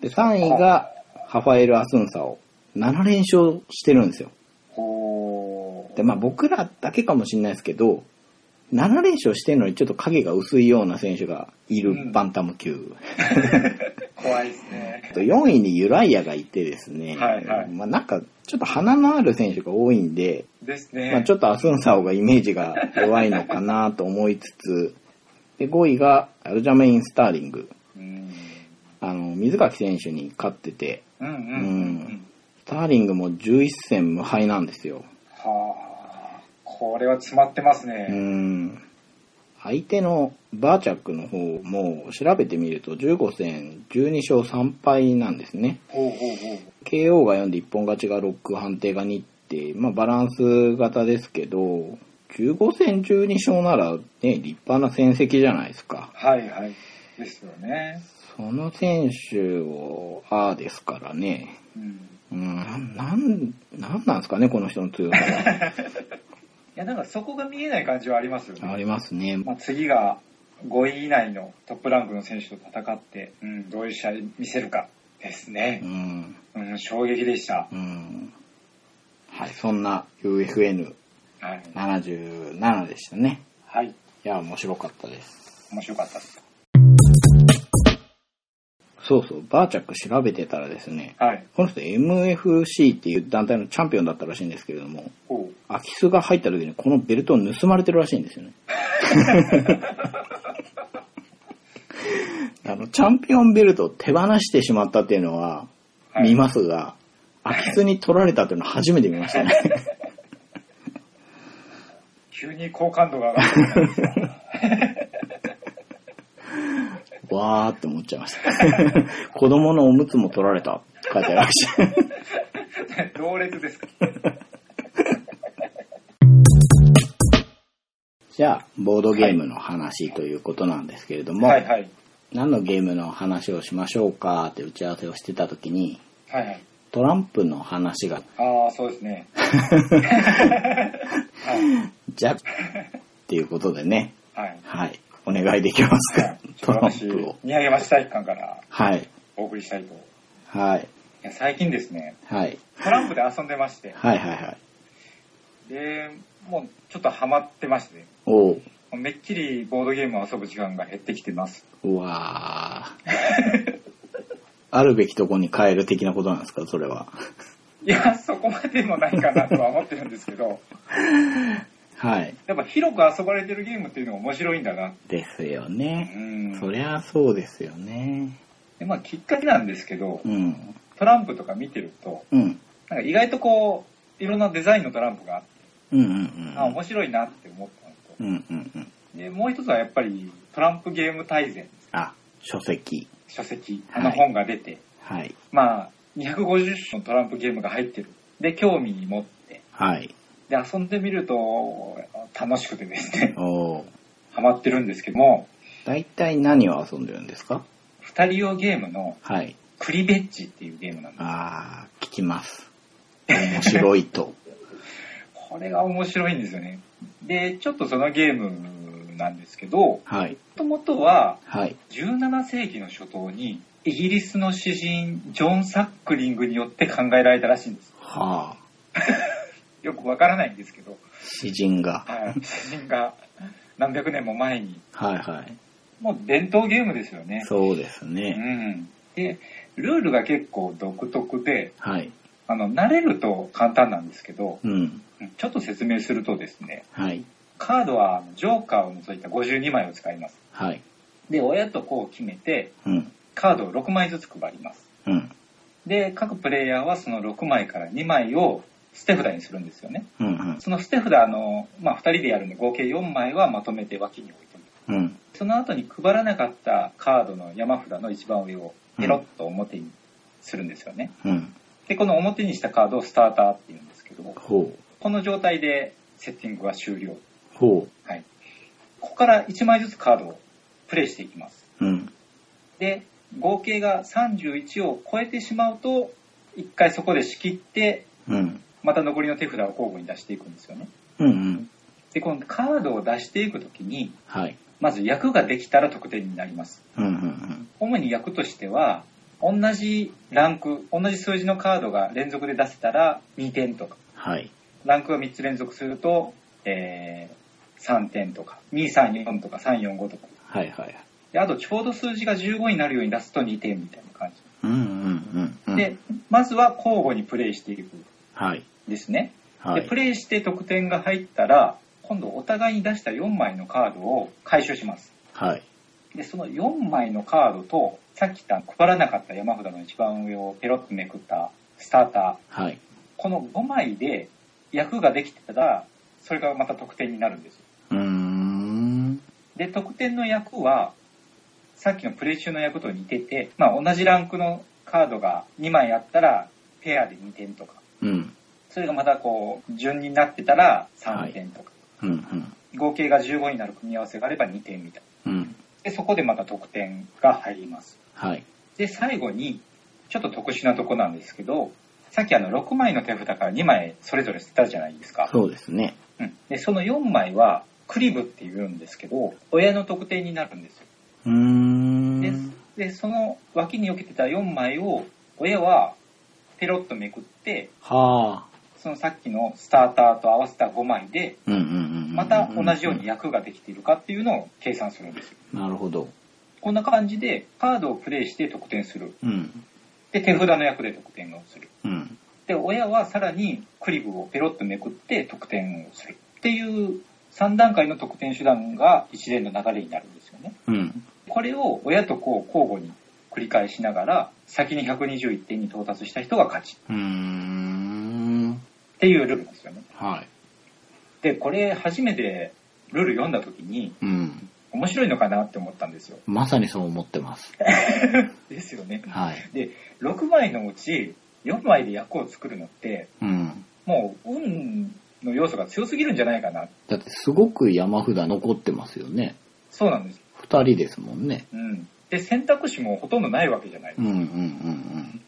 で、3位がハファエル・アスンサオ。7連勝してるんですよ。
ほ
で、
ー。
まあ僕らだけかもしれないですけど、7連勝してるのにちょっと影が薄いような選手がいるバンタム級。
怖いですね。
4位にユライアがいてですね、
はいはい
まあなんかちょっと鼻のある選手が多いんで、
ですね。
まあ、ちょっとアスンサオがイメージが弱いのかなと思いつつ、で、5位がアルジャメイン・スターリング。
うん。
あの、水垣選手に勝ってて、
うんうんうん
う
うん
ん。スターリングも11戦無敗なんですよ。
はー。これは詰まってます
う
ね。
ん。相手のバーチャックの方も調べてみると15戦12勝3敗なんですね。
ほうほうほう。
KO が4で一本勝ちが6、判定が2って、まあバランス型ですけど、15戦12勝ならね、立派な戦績じゃないですか。
はいはい。ですよね。
その選手を、ああですからね。
う
う
ん。
ん、なん、なんなんですかね、この人の強さは。
いや、だからそこが見えない感じはありますよね。
ありますね。
まあ、次が5位以内のトップランクの選手と戦って、うん、どういう試合見せるかです
う
ね。
ん、
うん、衝撃でした
う。ん。はい、そんな UFN77
はい。
でしたね。
はい。
いや、面白かったです。
面白かったです。
そうそう、バーチャック調べてたらですね、
はい。
この人 MFC っていう団体のチャンピオンだったらしいんですけれども、
おう
空き巣が入った時にこのベルトを盗まれてるらしいんですよね。 [LAUGHS] あの、チャンピオンベルトを手放してしまったっていうのは
はい
見ますが、空き巣に取られたっていうのは初めて見ましたね。
急に好感度が上がってる。
[LAUGHS] わーって思っちゃいました。 [LAUGHS] 子供のおむつも取られたって書いてありました。 [LAUGHS]
[LAUGHS] 同列ですか。
じゃあ、ボードゲームの話ということなんですけれども、
はいはい。
何のゲームの話をしましょうかって打ち合わせをしてた時に、
はいはい。
トランプの話が
ああ、そうですね。はい。
じゃっていうことでね、
はい。
はい、お願いできますか、 [LAUGHS] トラン
私
プを。、
宮城町体育館から
はい、
お送りしたいと。い
はい、
や最近ですね、
はい、
トランプで遊んでまして、
はい、はい、はい。
で、もうちょっとハマってまして、ね、
おう、
もうめっきりボードゲームを遊ぶ時間が減ってきてます。
うわー
[LAUGHS]
あるべきとこに変える的なことなんですか、それは。
いや、そこまでもないかなとは思ってるんですけど、
はい、
やっぱ広く遊ばれてるゲームっていうのが面白いんだな。
ですよ
う
ね。
ん。
そりゃそうですよね。
でまあ、きっかけなんですけど
う、ん、
トランプとか見てると、
うん、
なんか意外とこう、いろんなデザインのトランプがあって、
うん、うん、
あ、面白いなって思ったのと、
うん、うん、うん、うん。
でもう一つはやっぱりトランプゲーム大全
あ、書籍。
書籍
は
あ
い
の本が出て、
はい、
まあ250種のトランプゲームが入ってるで興味持って
はい。
で遊んでみると楽しくてですね [LAUGHS]
おう、
ハマってるんですけども
大体何を遊んでるんですか
2人用ゲームの
はい。
クリベッジっていうゲームなんだ
あー、聞きます。面白いと。
これが面白いんですよねでちょっとそのゲームなんですけども
[LAUGHS] はい。
ともとは
はい。
17世紀の初頭にイギリスの詩人ジョン・サックリングによって考えられたらしいんです
はあ。
よくわからないんですけど
詩人が。
はい詩人が何百年も前に、
はいはい。
もう伝統ゲームですよね。
そうです
う
ね。
ん。で、ルールが結構独特で、
はい。
あの、慣れると簡単なんですけど、
うん。
ちょっと説明するとですね、
はい。
カードはジョーカーを除いた52枚を使います。
はい。
で、親と子を決めて、
うん。
カードを6枚ずつ配ります。
うん。
で、各プレイヤーはその6枚から2枚を捨て札にするんですよね。
うん。うん。
その捨て札の、まあ、2人でやるんで合計4枚はまとめて脇に置いておく。
うん。
その後に配らなかったカードの山札の一番上をペロッと表にするんですよね。
うん。
で、この表にしたカードをスターターっていうんですけども、
ほ
この状態でセッティングは終了。
う。ほ
はい。ここから1枚ずつカードをプレイしていきます。
う。うん。
で、合計が31を超えてしまうと、1回そこで仕切って、
うん。
また残りの手札を交互に出していくんですよね。
うん。うん。
で、このカードを出していくときに、
はい。
まず役ができたら得点になります。
うん。うん。
主に役としては同じランク同じ数字のカードが連続で出せたら2点とか
はい。
ランクが3つ連続すると、えー3点とか234とか345とか
はいはい。
であとちょうど数字が15になるように出すと2点みたいな感じ、
うん。うん。うん。
で、まずは交互にプレイしていくん
はい。
ですね、
は
で
い
プ。レイして得点が入ったら今度お互いに出した4枚のカードを回収します
はい。
でその4枚のカードとさっき言った配らなかった山札の一番上をペロッとめくったスターター
はい。
この5枚で役ができてたらそれがまた得点になるんですよ
うーん。
で得点の役はさっきのプレイ中の役と似てて、まあ、同じランクのカードが2枚あったらペアで2点とか
うん。
それがまたこう順になってたら3点とか、
うん。うん。
合計が15になる組み合わせがあれば2点みたい
うん。
なでそこでまた得点が入ります
はい。
で、最後に、ちょっと特殊なとこなんですけど、さっきあの6枚の手札から2枚それぞれ捨てたじゃないですか。
そうですね。
うん、で、その4枚は、クリブって言うんですけど、親の得点になるんですよ。
うーん。
で、でその脇に避けてた4枚を、親はペロッとめくって、
はあ。
そのさっきのスターターと合わせた5枚で、
うんうんうんうん。
また同じように役ができているかっていうのを計算するんですよ。
なるほど。
こんな感じで、カードをプレイして得点する。
うん。
で、手札の役で得点をする。
うん。
で親はさらにクリブをペロッとめくって得点をするっていう3段階の得点手段が一連の流れになるんですよね
うん。
これを親と子を交互に繰り返しながら先に121点に到達した人が勝ち
うーん。
っていうルールなんですよね
はい。
でこれ初めてルール読んだ時に
うん。
面白いのかなって思ったんですよ
まさにそう思ってます。
ですよね
はい。
6枚のうち4枚で役を作るのって
うん。
もう運の要素が強すぎるんじゃないかな
だってすごく山札残ってますよね。
そうなんです
二人ですもんね。
うんで選択肢もほとんどないわけじゃない、
うんうんうんうん。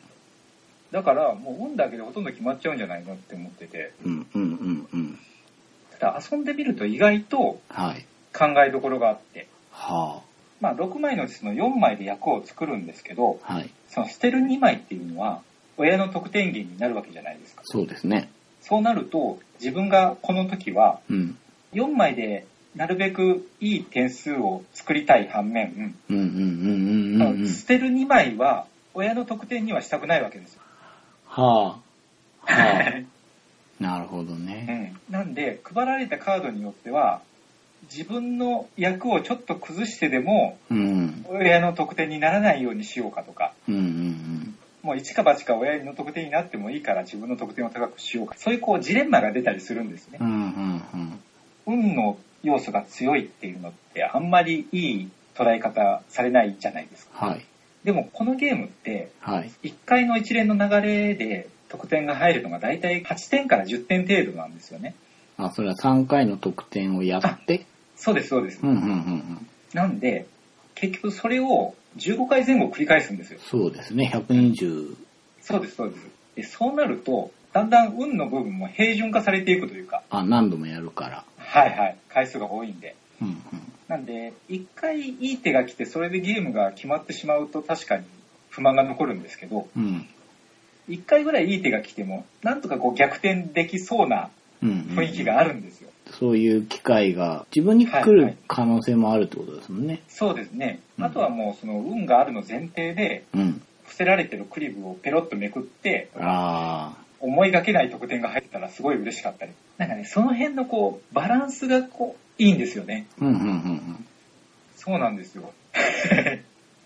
だからもう運だけでほとんど決まっちゃうんじゃないのって思ってて
うんうんうんうん。
ただ遊んでみると意外と
はい。
考えどころがあって
は
まあ6枚のうちその4枚で役を作るんですけど
あ。はい。
その捨てる2枚っていうのは親の得点源になるわけじゃないですか
そうですね。
そうなると自分がこの時は
うん。
4枚でなるべくいい点数を作りたい反面、
うんうんうんうんうんうん。
捨てる2枚は親の得点にはしたくないわけですよ、
はあ。は
[LAUGHS]
あ。なるほどね。
なんで配られたカードによっては自分の役をちょっと崩してでも
うん。
親の得点にならないようにしようかとか
うんうんうん。
もう一か八か親の得点になってもいいから自分の得点を高くしようかそういうこうジレンマが出たりするんですね
うんうんうん。
運の要素が強いっていうのってあんまりいい捉え方されないじゃないですか
はい。
でもこのゲームって
はい。
1回の一連の流れで得点が入るのが大体8点から10点程度なんですよね
あ、それは3回の得点をやって。
そうですそうです
うんうんうんうん。
なんで結局それを15回前後繰り返すんですよ
そうですね。120。
そうですそうですでそうなるとだんだん運の部分も平準化されていくというか
あ、何度もやるから。
はいはい回数が多いんで
うんうん。
なんで1回いい手が来てそれでゲームが決まってしまうと確かに不満が残るんですけど
うん。
1回ぐらいいい手が来てもなんとかこう逆転できそうな
うんうん
雰囲気があるんですよ
そういう機会が自分に来
はいは
る
い
可能性もあるってことですもんね。
そうですね。
うん
あとはもうその運があるの前提で、
うん。
伏せられてるクリブをペロッとめくって、
ああ。
思いがけない得点が入ったらすごい嬉しかったり。なんかね、その辺のこう、バランスがこう、いいんですよね。
うんうんうんうん。
そうなんですよ。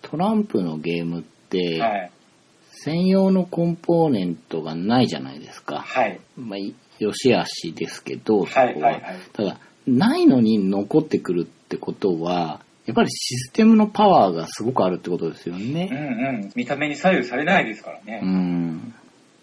トランプのゲームって、
はい。
専用のコンポーネントがないじゃないですか。
はい。
まあ、いよし悪しですけど、そこ
は
は。
い。はい。はい。
ただ、ないのに残ってくるってことは、やっぱりシステムのパワーがすごくあるってことですよ
うん
ね。
うん。見た目に左右されないですからね
う。ん。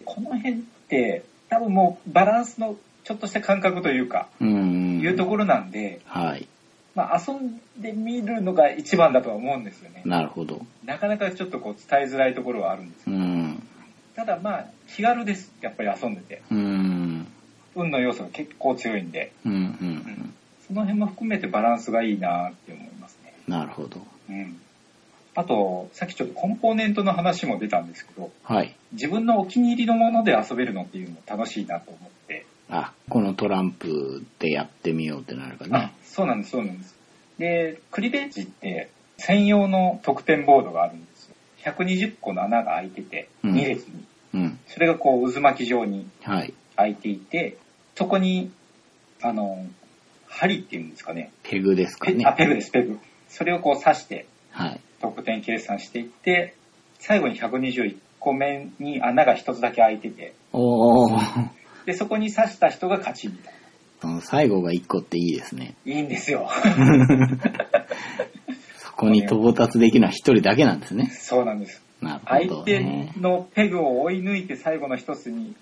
この辺って、多分もうバランスのちょっとした感覚というか、
うん。
いうところなんで、
はい。
まあ遊んでみるのが一番だとは思うんですよね。
なるほど。
なかなかちょっとこう伝えづらいところはあるんです
うん。
ただまあ気軽ですやっぱり遊んでて
うん。
運の要素が結構強いんで
うん。うん。うん
その辺も含めてバランスがいいなって思いますね
なるほど。
うんあとさっきちょっとコンポーネントの話も出たんですけど
はい。
自分のお気に入りのもので遊べるのっていうのも楽しいなと思って、
あ、このトランプでやってみようってなるか
あ
ね。
そうなんですそうなんですでクリベンジって専用の得点ボードがあるんですよ120個の穴が開いてて
うん
2列に、
うん。
それがこう渦巻き状に
はい。
開いていて、そこに、あの、針っていうんですかね。
ペグですか
ペ
ね
あ、。ペグです、ペグ。それをこう刺して、
はい。
得点計算していって、最後に121個目に穴が一つだけ開いてて、
おー。
で、そこに刺した人が勝ちみたい
その最後が1個っていいですね。
な。いいんですよ。 [LAUGHS]
そこに到達できるのは1人だけなんですね。
そうなんです。
なるほ
相
ど、
手
ね。
のペグを追い抜いて最後の一つに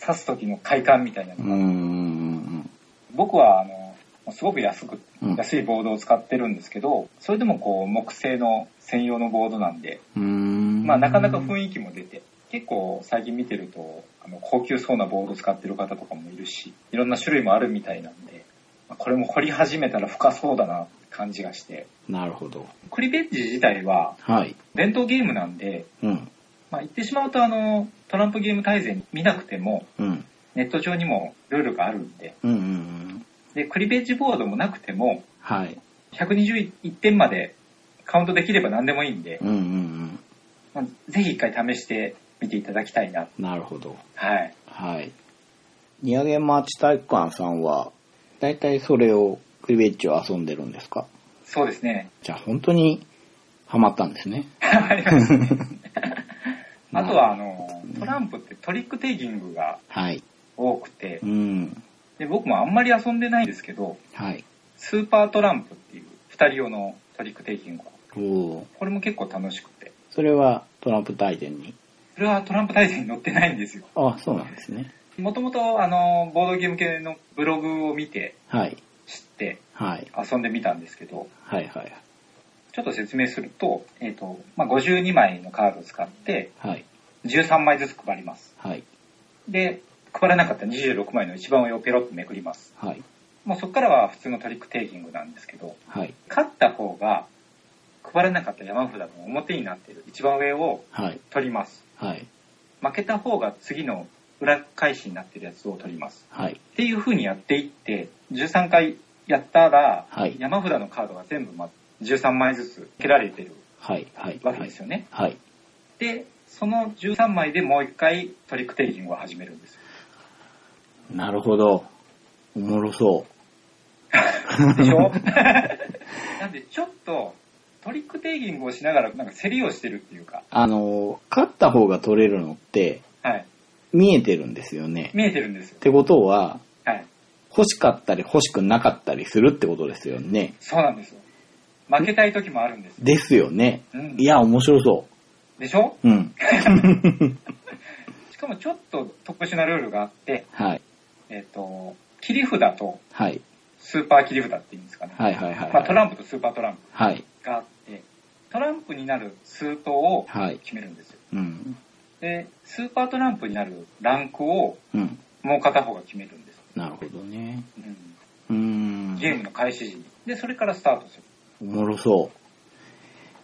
刺す時の快感みたいな
うー
のが、
ん。
僕は、あの、すごく安く、
うん
安いボードを使ってるんですけど、それでもこう、木製の専用のボードなんで、
うーん。
まあ、なかなか雰囲気も出て、結構最近見てると、あの高級そうなボード使ってる方とかもいるし、いろんな種類もあるみたいなんで、まあこれも掘り始めたら深そうだなって感じがして、
なるほど。
クリベッジ自体は
はい。
伝統ゲームなんで、
うん。
まあ、言ってしまうとあの、トランプゲーム大全見なくても、
うん。
ネット上にもルールがあるんで、
うんうんうん。
で、クリベッジボードもなくても、
はい。
121点までカウントできれば何でもいいんで、
うんうんうん。
まあぜひ一回試してみていただきたいな。
なるほど。
はい。
はい。ニアゲンマーチ体育館さんは、だいたいそれを、クリベッジを遊んでるんですか
そうですね。
じゃあ本当にハマったんですね。
ありますね
まあ
あとはあのトランプってトリックテイキングが
はい。
多くて
うん。
で僕もあんまり遊んでないんですけど
はい。
スーパートランプっていう2人用のトリックテイキング
おお。
これも結構楽しくて
それはトランプ大全に。
それはトランプ大全に載ってないんですよ
あ、そうなんですね。
もともとあのボードゲーム系のブログを見て
はい。
知って
はい。
遊んでみたんですけど
はいはい。
ちょっと説明すると、えっ、と、まあ、52枚のカードを使って、
はい。
13枚ずつ配ります。
はい。
で、配らなかった26枚の一番上をペロッとめくります。
はい。
もうそこからは普通のトリックテイキングなんですけど、
はい。
勝った方が、配らなかった山札の表になっている一番上を
はい。
取ります。
はい。
負けた方が次の裏返しになってるやつを取ります。
はい。
っていう風にやっていって、13回やったら、
はい
山札のカードが全部、ま、13枚ずつ蹴られてる
はい。はい。
わけですよね。
はい。
で、その13枚でもう一回トリックテイキングを始めるんですよ。
なるほど。おもろそ [LAUGHS]
でしょ [LAUGHS] なんでちょっとトリックテイキングをしながらなんか競りをしてるっていうか
う、。あの、勝った方が取れるのって
はい、
見えてるんですよね。
見えてるんですよ
っ。てことは、
はい、
欲しかったり欲しくなかったりするってことですよね。
そうなんですよ。負けたい時もあるんですよ。
ですよね。
うん
い、や、面白そ
でしょ
う。うん。
しかもちょっと特殊なルールがあって、
はい。
えっ、と、切り札と
はい。
スーパー切り札っていうんですかね。
はいはいはい。
まあ、トランプとスーパートランプ
はい。
があって、トランプになる数等を
はい。
決めるんですよ。
うん。
で、スーパートランプになるランクを
うん。
もう片方が決めるんです。
なるほどね。
うん
うーん。
ゲームの開始時に。で、それからスタートする。
おもろそう。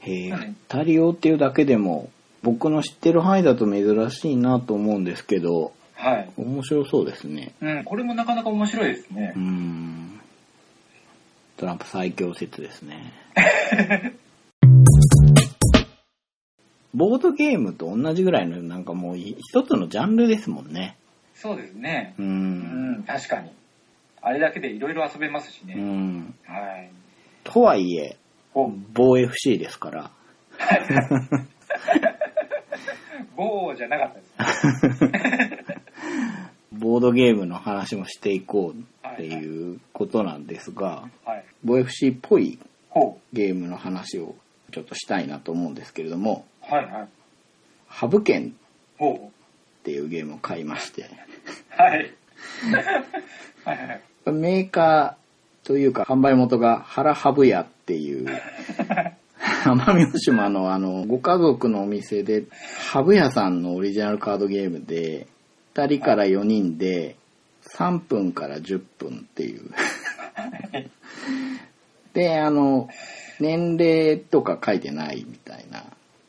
へえ、
はい
二人用っていうだけでも、僕の知ってる範囲だと珍しいなと思うんですけど、
はい。
面白そうですね。
うん、これもなかなか面白いですね
うー。ん。トランプ最強説ですね。ボードゲームと同じぐらいの、なんかもうい一つのジャンルですもんね。
そうですね。
うー
うん
ん。、
確かに。あれだけでいろいろ遊べますし
う
ね。
ん。
はい。
とはいえ、
お、
防 FC ですから。
棒じゃなか
[LAUGHS]
ったですね。
ボードゲームの話もしていこうっていうことなんですが、
はい。
ボ FC っぽい
ほ
ゲームの話をちょっとしたいなと思うんですけれども、
う。はいはい。
ハブ剣
ほう。
っていうゲームを買いまして、 [LAUGHS]
はい。はいはい。
メーカーというか販売元が原ハブ屋っていう、奄美大島のあの、ご家族のお店で、ハブ屋さんのオリジナルカードゲームで、2人から4人で、3分から10分っていう。で、あの、年齢とか書いてないみたいな。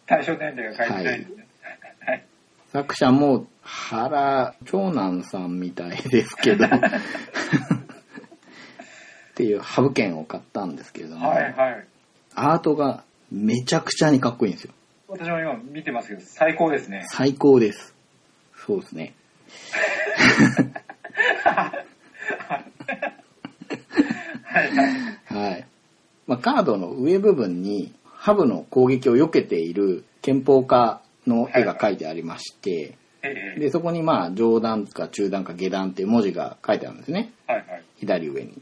対象年齢が書いてないですね。はい。
作者も原長男さんみたいですけ
[LAUGHS]
どっていうハブ券を買ったんですけれども、
はいはい。
アートがめちゃくちゃにかっこいいんですよ
私も今見てますけど、最高ですね。
最高ですそうですね
はいはい。
はい、まあ、カードの上部分にハブの攻撃を避けている憲法家の絵が書いてありまして
ええ
でそこにまあ上段か中段か下段っていう文字が書いてあるんですね
はいはい。
左上に。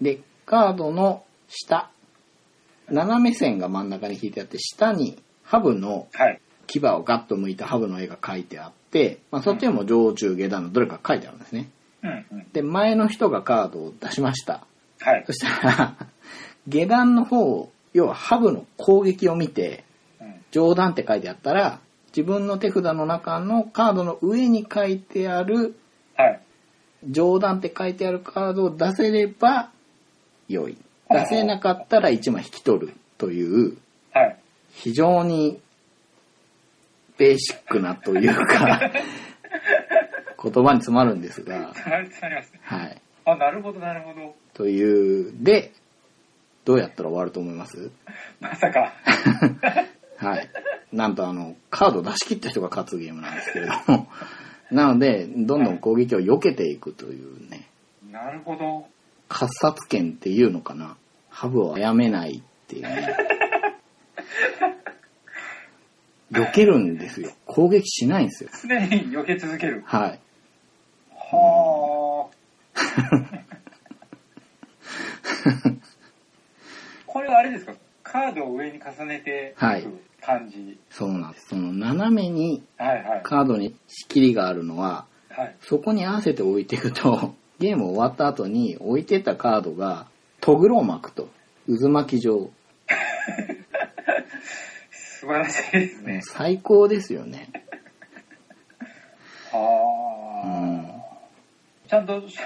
で、カードの下、斜め線が真ん中に引いてあって、下にハブの
はい。
牙をガッと向いたハブの絵が描いてあって、まあ、そっちにも上中下段のどれか書いてあるんですね。
うんうん。
で、前の人がカードを出しました。
はい
そ。したら、 [LAUGHS] 下段の方、要はハブの攻撃を見て、
うん
上段って書いてあったら、自分の手札の中のカードの上に書いてある
はい。
上段って書いてあるカードを出せれば良い出せなかったら1枚引き取るという
はい。
非常にベーシックなというか言葉に詰まるんですが
はい。詰まりますね。
はい
あ、なるほどなるほど。
というでどうやったら終わると思います
まさか。
はいなんとあのカードを出し切った人が勝つゲームなんですけれどもなのでどんどん攻撃を避けていくというね
なるほど。
喝殺権っていうのかなハブを殺めないっていうね避けるんですよ攻撃しないんですよ
常に避け続ける。
はい [LAUGHS]
はあ。これはあれですかカードを上に重ねて
はい
いく感じ。
そうなんですその斜めに
はい、はい、
カードに仕切りがあるのは
はい。
そこに合わせて置いていくとゲーム終わった後に置いてたカードがトグロを巻くと渦巻き状
素晴らしいですね。
最高ですよね。
はあ。ちゃんとし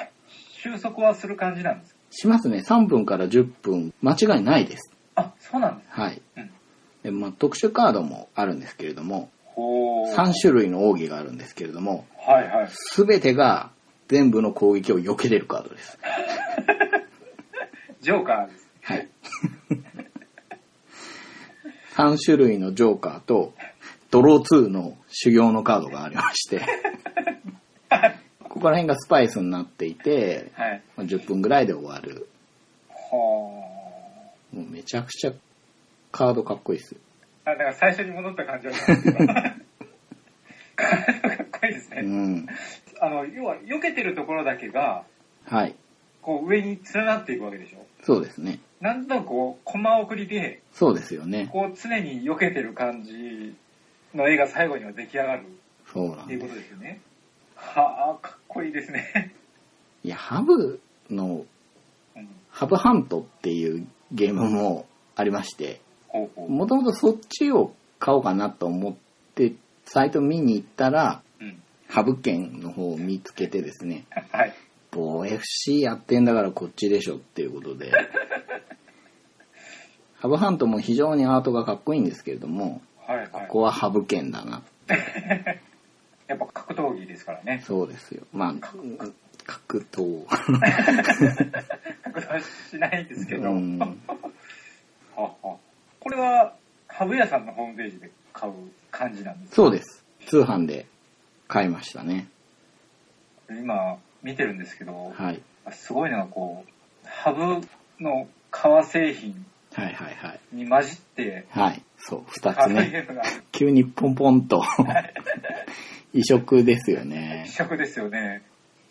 収束はする感じなんですか
しますね。3分から10分、間違いないです。
あ、そうなんです。
はい。
うん。
で、まあ、特殊カードもあるんですけれども、
ほう。
3種類の奥義があるんですけれども、
はいはい。
すべてが全部の攻撃を避けれるカードです。
ジョーカーです。 [LAUGHS]
はい。3種類のジョーカーと、ドロー2の修行のカードがありまして、ここら辺がスパイスになっていて、
はい。
まあ10分ぐらいで終わる。
は
もうめちゃくちゃカードかっこいいです。
あ。あ、だから最初に戻った感じはしますけど [LAUGHS] かっこいいです
う
ね。
ん。
あの、要は、避けてるところだけが、
はい。
こう上に連なっていくわけでしょ。そう
そうですね。
なんとなくこう、コマ送りで、
そうですよね。
こう常に避けてる感じの絵が最後には出来上がる
そうな
っ
ん
ていう
で
こ
す
と。ですよね。はあ、かっこいいですね。
いや、ハブの、
うん
ハブハントっていうゲームもありまして、
ほうほう。
もともとそっちを買おうかなと思って、サイト見に行ったら、
うん。
ハブ券の方を見つけてですね、
はい。
もう FC やってんだからこっちでしょっていう [LAUGHS] ことで、ハブハントも非常にアートがかっこいいんですけれども、
はいはい。
ここはハブ券だな。
やっぱ格闘技ですからね。
そうですよ。まあ、格闘。
格闘技しないんですけ
う
ど。
ん
ははこれは、ハブ屋さんのホームページで買う感じなんです
そうです。通販で買いましたね。
今、見てるんですけど、
はい。
すごいのがこう、ハブの革製品
はいはいはい。
に混じって、
はい。そう、二
ハ
つ
ブ
ね。
ゲームが
急にポンポン [LAUGHS] と移植ですよね
一。色ですよね。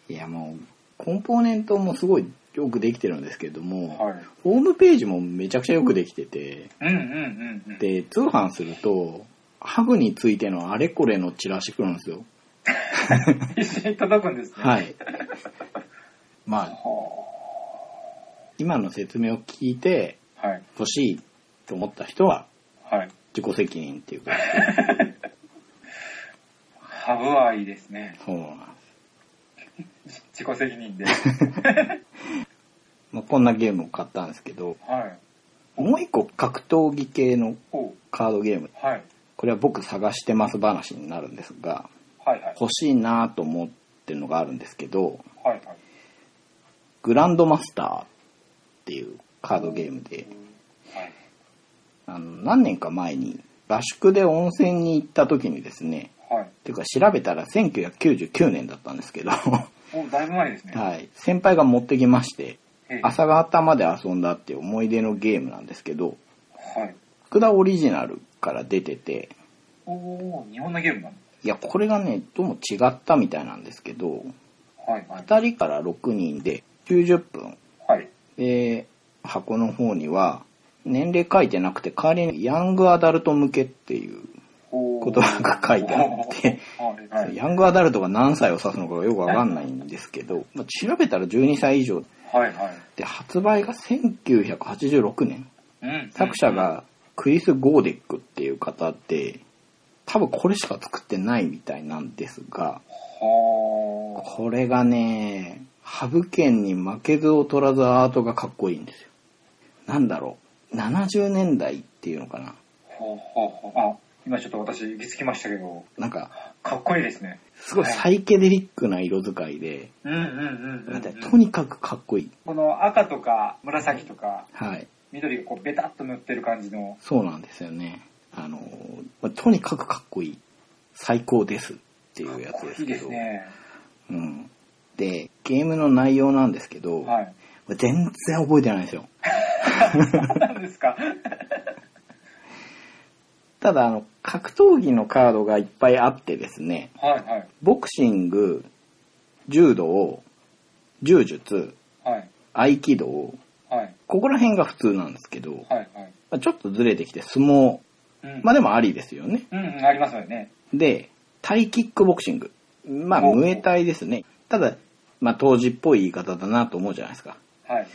いやもう、コンポーネントもすごいよくできてるんですけども、
はい。
ホームページもめちゃくちゃよくできてて、
うんうんうんうん。
で、通販すると、ハグについてのあれこれのチラシ来るんですよ。
一緒に届くんですね。。
はい [LAUGHS] い。まあ、
は
今の説明を聞いて
あはい。
欲しいと思った人は、
はい。
自己責任っていう [LAUGHS] か、
ハブはいいですね。
そうなんです
自己
[LAUGHS]
責任で。
まあ、こんなゲームを買ったんですけど、
はい。
もう一個格闘技系の
ほう。
カードゲーム、
はい。
これは僕探してます話になるんですが、
はいはい。
欲しいなと思ってるのがあるんですけど、
はいはい。
グランドマスターっていうカードゲームで、
はい。
あの、何年か前に合宿で温泉に行った時にですね、
はい。
っていうか調べたら1999年だったんですけど、 [LAUGHS] は
お、だいぶ前ですね。
い、先輩が持ってきまして、
ええ
朝方まで遊んだっていう思い出のゲームなんですけど、
はい。
福田オリジナルから出てて、
おー、日本のゲームなの
いや、これがね、どうも違ったみたいなんですけど、
はいはい。
2人から6人で90分。
はい。
で、箱の方には、年齢書いてなくて、代わりにヤングアダルト向けっていう
お
言葉が書いてあって、
はいはい。
ヤングアダルトが何歳を指すのかがよくわかんないんですけど、まあ調べたら12歳以上
はいはい。
で、発売が1986年。
うん。
作者がクリス・ゴーデックっていう方で、多分これしか作ってないみたいなんですが、
は
これがね、ハブ剣に負けず劣らずアートがかっこいいんですよ。なんだろう、70年代っていうのかな。
ー。ほうほうほう。あ、今ちょっと私行き着きましたけど、
なんか、
かっこいいですね。
すごいサイケデリックな色使いで、
うんうんうんうんう
なん
ん、
かとにかくかっこいい。
この赤とか紫とか
はい。
緑がこうベタっと塗ってる感じの、
そうなんですよね。あの、まあとにかくかっこいい。最高ですっていうやつで
い
す
い
け
で
ど。
すね。
うん。で、ゲームの内容なんですけど、
はい。
全然覚えてないんですよ。
そうなんですか。
ただ、あの、格闘技のカードがいっぱいあってですね、
はいはい。
ボクシング、柔道、柔術、
はい。
合気道、
はい。
ここら辺が普通なんですけど、
はいはい。
まあちょっとずれてきて相撲、
うん。
まあでもありですよね。
うんうん、ありますよね。
で、タイキックボクシング。まあ、
お
ムエタイですね。ただ、まあ当時っぽい言い方だなと思うじゃないですか。
はい。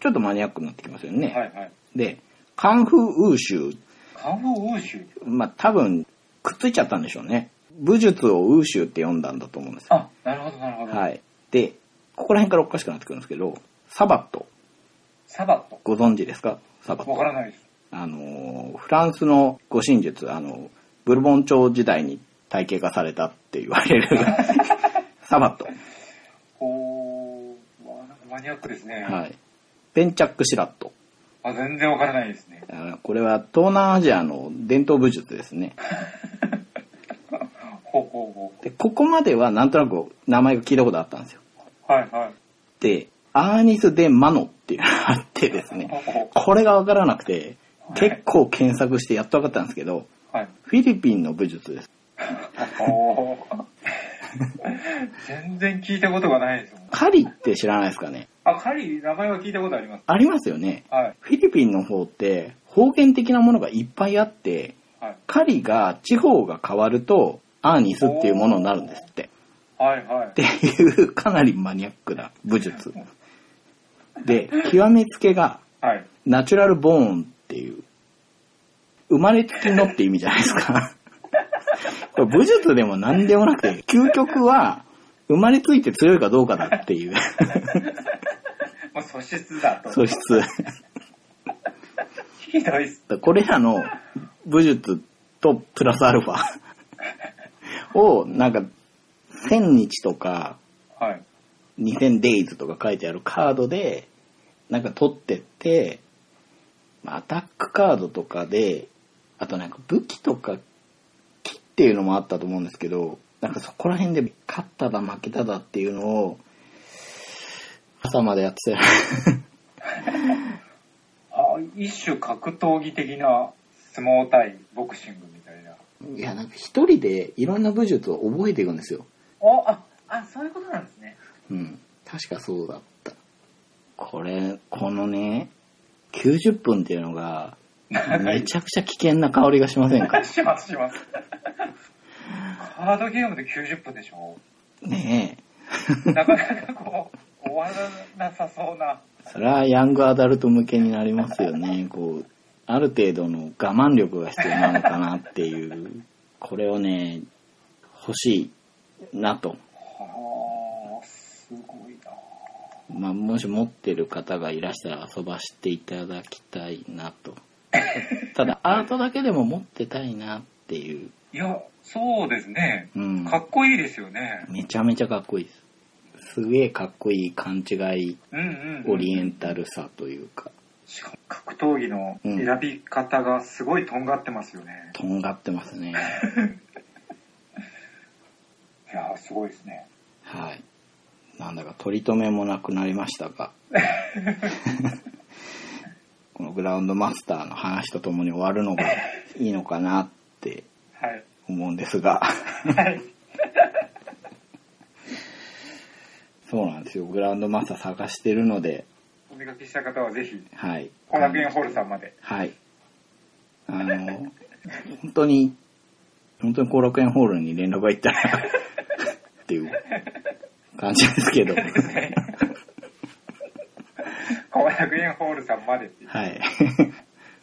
ちょっとマニアックになってきますよね。
はいはい。
で、カンフーウーシュー。
漢王欧州
まあ多分、くっついちゃったんでしょうね。武術を欧州って読んだんだと思うんですよ。
あ、なるほど、なるほど。
はい。で、ここら辺からおかしくなってくるんですけど、サバット、
サバット。
ご存知ですかサバッ
わ
ト。
からないです。
あのー、フランスの護身術、あの、ブルボン朝時代に体系化されたって言われ
[LAUGHS]
る、サバット。
おー、わなんかマニアックですね。
はい。ペンチャックシラット。
あ、全然わからないですね。
あこれは東南アジアの伝統武術ですね。
ほうほうほ
で、ここまではなんとなく名前が聞いたことあったんですよ。
う。はいはい。
で、アーニス・デ・マノっていうのがあってですね、
ほうほ
これがわからなくて、
はい
結構検索してやっとわかったんですけど、
う。はい。
フィリピンの武術です。
おー [LAUGHS] 全然聞いたことがないですもん。
狩りって知らないですかね
あ、カリ、名前は聞いたことあります。
ありますよね。
はい。
フィリピンの方って方言的なものがいっぱいあって、
はい。
狩りが地方が変わるとアーニスっていうものになるんですって。
はいはい
っ。ていうかなりマニアックな武術。で、極めつけが
はい。
ナチュラルボーンっていう、生まれつきのって意味じゃないですか。これ武術でも何でもなくて、究極は生まれついて強いかどうかだっていう [LAUGHS]
まあ、素質だと。
素質。
ひどいっす。
これらの武術とプラスアルファをなんか1000日とか
はい。
2000 days とか書いてあるカードで、なんか取ってって、まあアタックカードとかで、あとなんか武器とか木っていうのもあったと思うんですけど、なんかそこら辺で勝っただ負けただっていうのを、朝までやって
あ、一種格闘技的な相撲対ボクシングみたいな。
[LAUGHS] た。いや、なんか一人でいろんな武術を覚えていくんですよ。
お、あ、あ、そういうことなんですね。
うん。確かそうだった。これ、このね、90分っていうのが、めちゃくちゃ危険な香りがしませんか [LAUGHS]
しますします。カードゲームで90分でしょ
ね
なかなかこう、終わらなさそうな。
え。それはヤングアダルト向けになりますよね。こう、ある程度の我慢力が必要なのかなっていう。これをね、欲しいなと。
はあ、すごいな。
まあ、もし持ってる方がいらしたら遊ばしていただきたいなと。ただ、アートだけでも持ってたいなっていう。
いや、そうですね。
うん。
かっこいいですよね。
めちゃめちゃかっこいいです。すげえかっこいい勘違い
うんうん、
オリエンタルさというか、
しかも格闘技の選び方がすごいとんがってますよね。
とんがってますね。
いやー、すごいですね。
はい。なんだか取り留めもなくなりましたが、 [LAUGHS] このグラウンドマスターの話とともに終わるのがいいのかなって
はい。
思うんですが、
はい。
そうなんですよ。グラウンドマスター探してるので、
お見かけした方はぜひ、
はい。
後楽園ホールさんまで。
はい。あの、本当に、本当に後楽園ホールに連絡がいったら、 [LAUGHS] っていう感じですけど、
後楽園ホールさんまでっていう。
はい。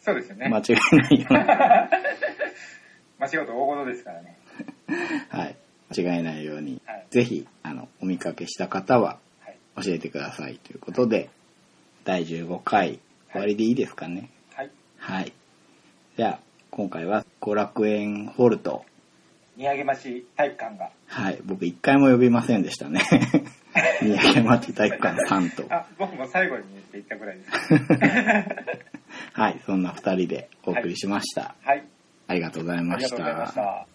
そうですよね。
間違いないように、
まあ、仕事大事ですからね。
はい。間違いないように、
はい。
ぜひ、あの、お見かけした方は
はい。
教えてくださいということで、第15回、終わりでいいですかね。
はい。
はい。じゃあ、今回は後楽園ホールと、
見上げまし体育館が。
はい、僕一回も呼びませんでした
[LAUGHS]
ね。三宅町体育館さんと。
あ、僕も最後に言っていったぐらいです。
はい、そんな二人でお送りしました。
はい。
ありがとうござい
あ
ま
りが
し
とうございました。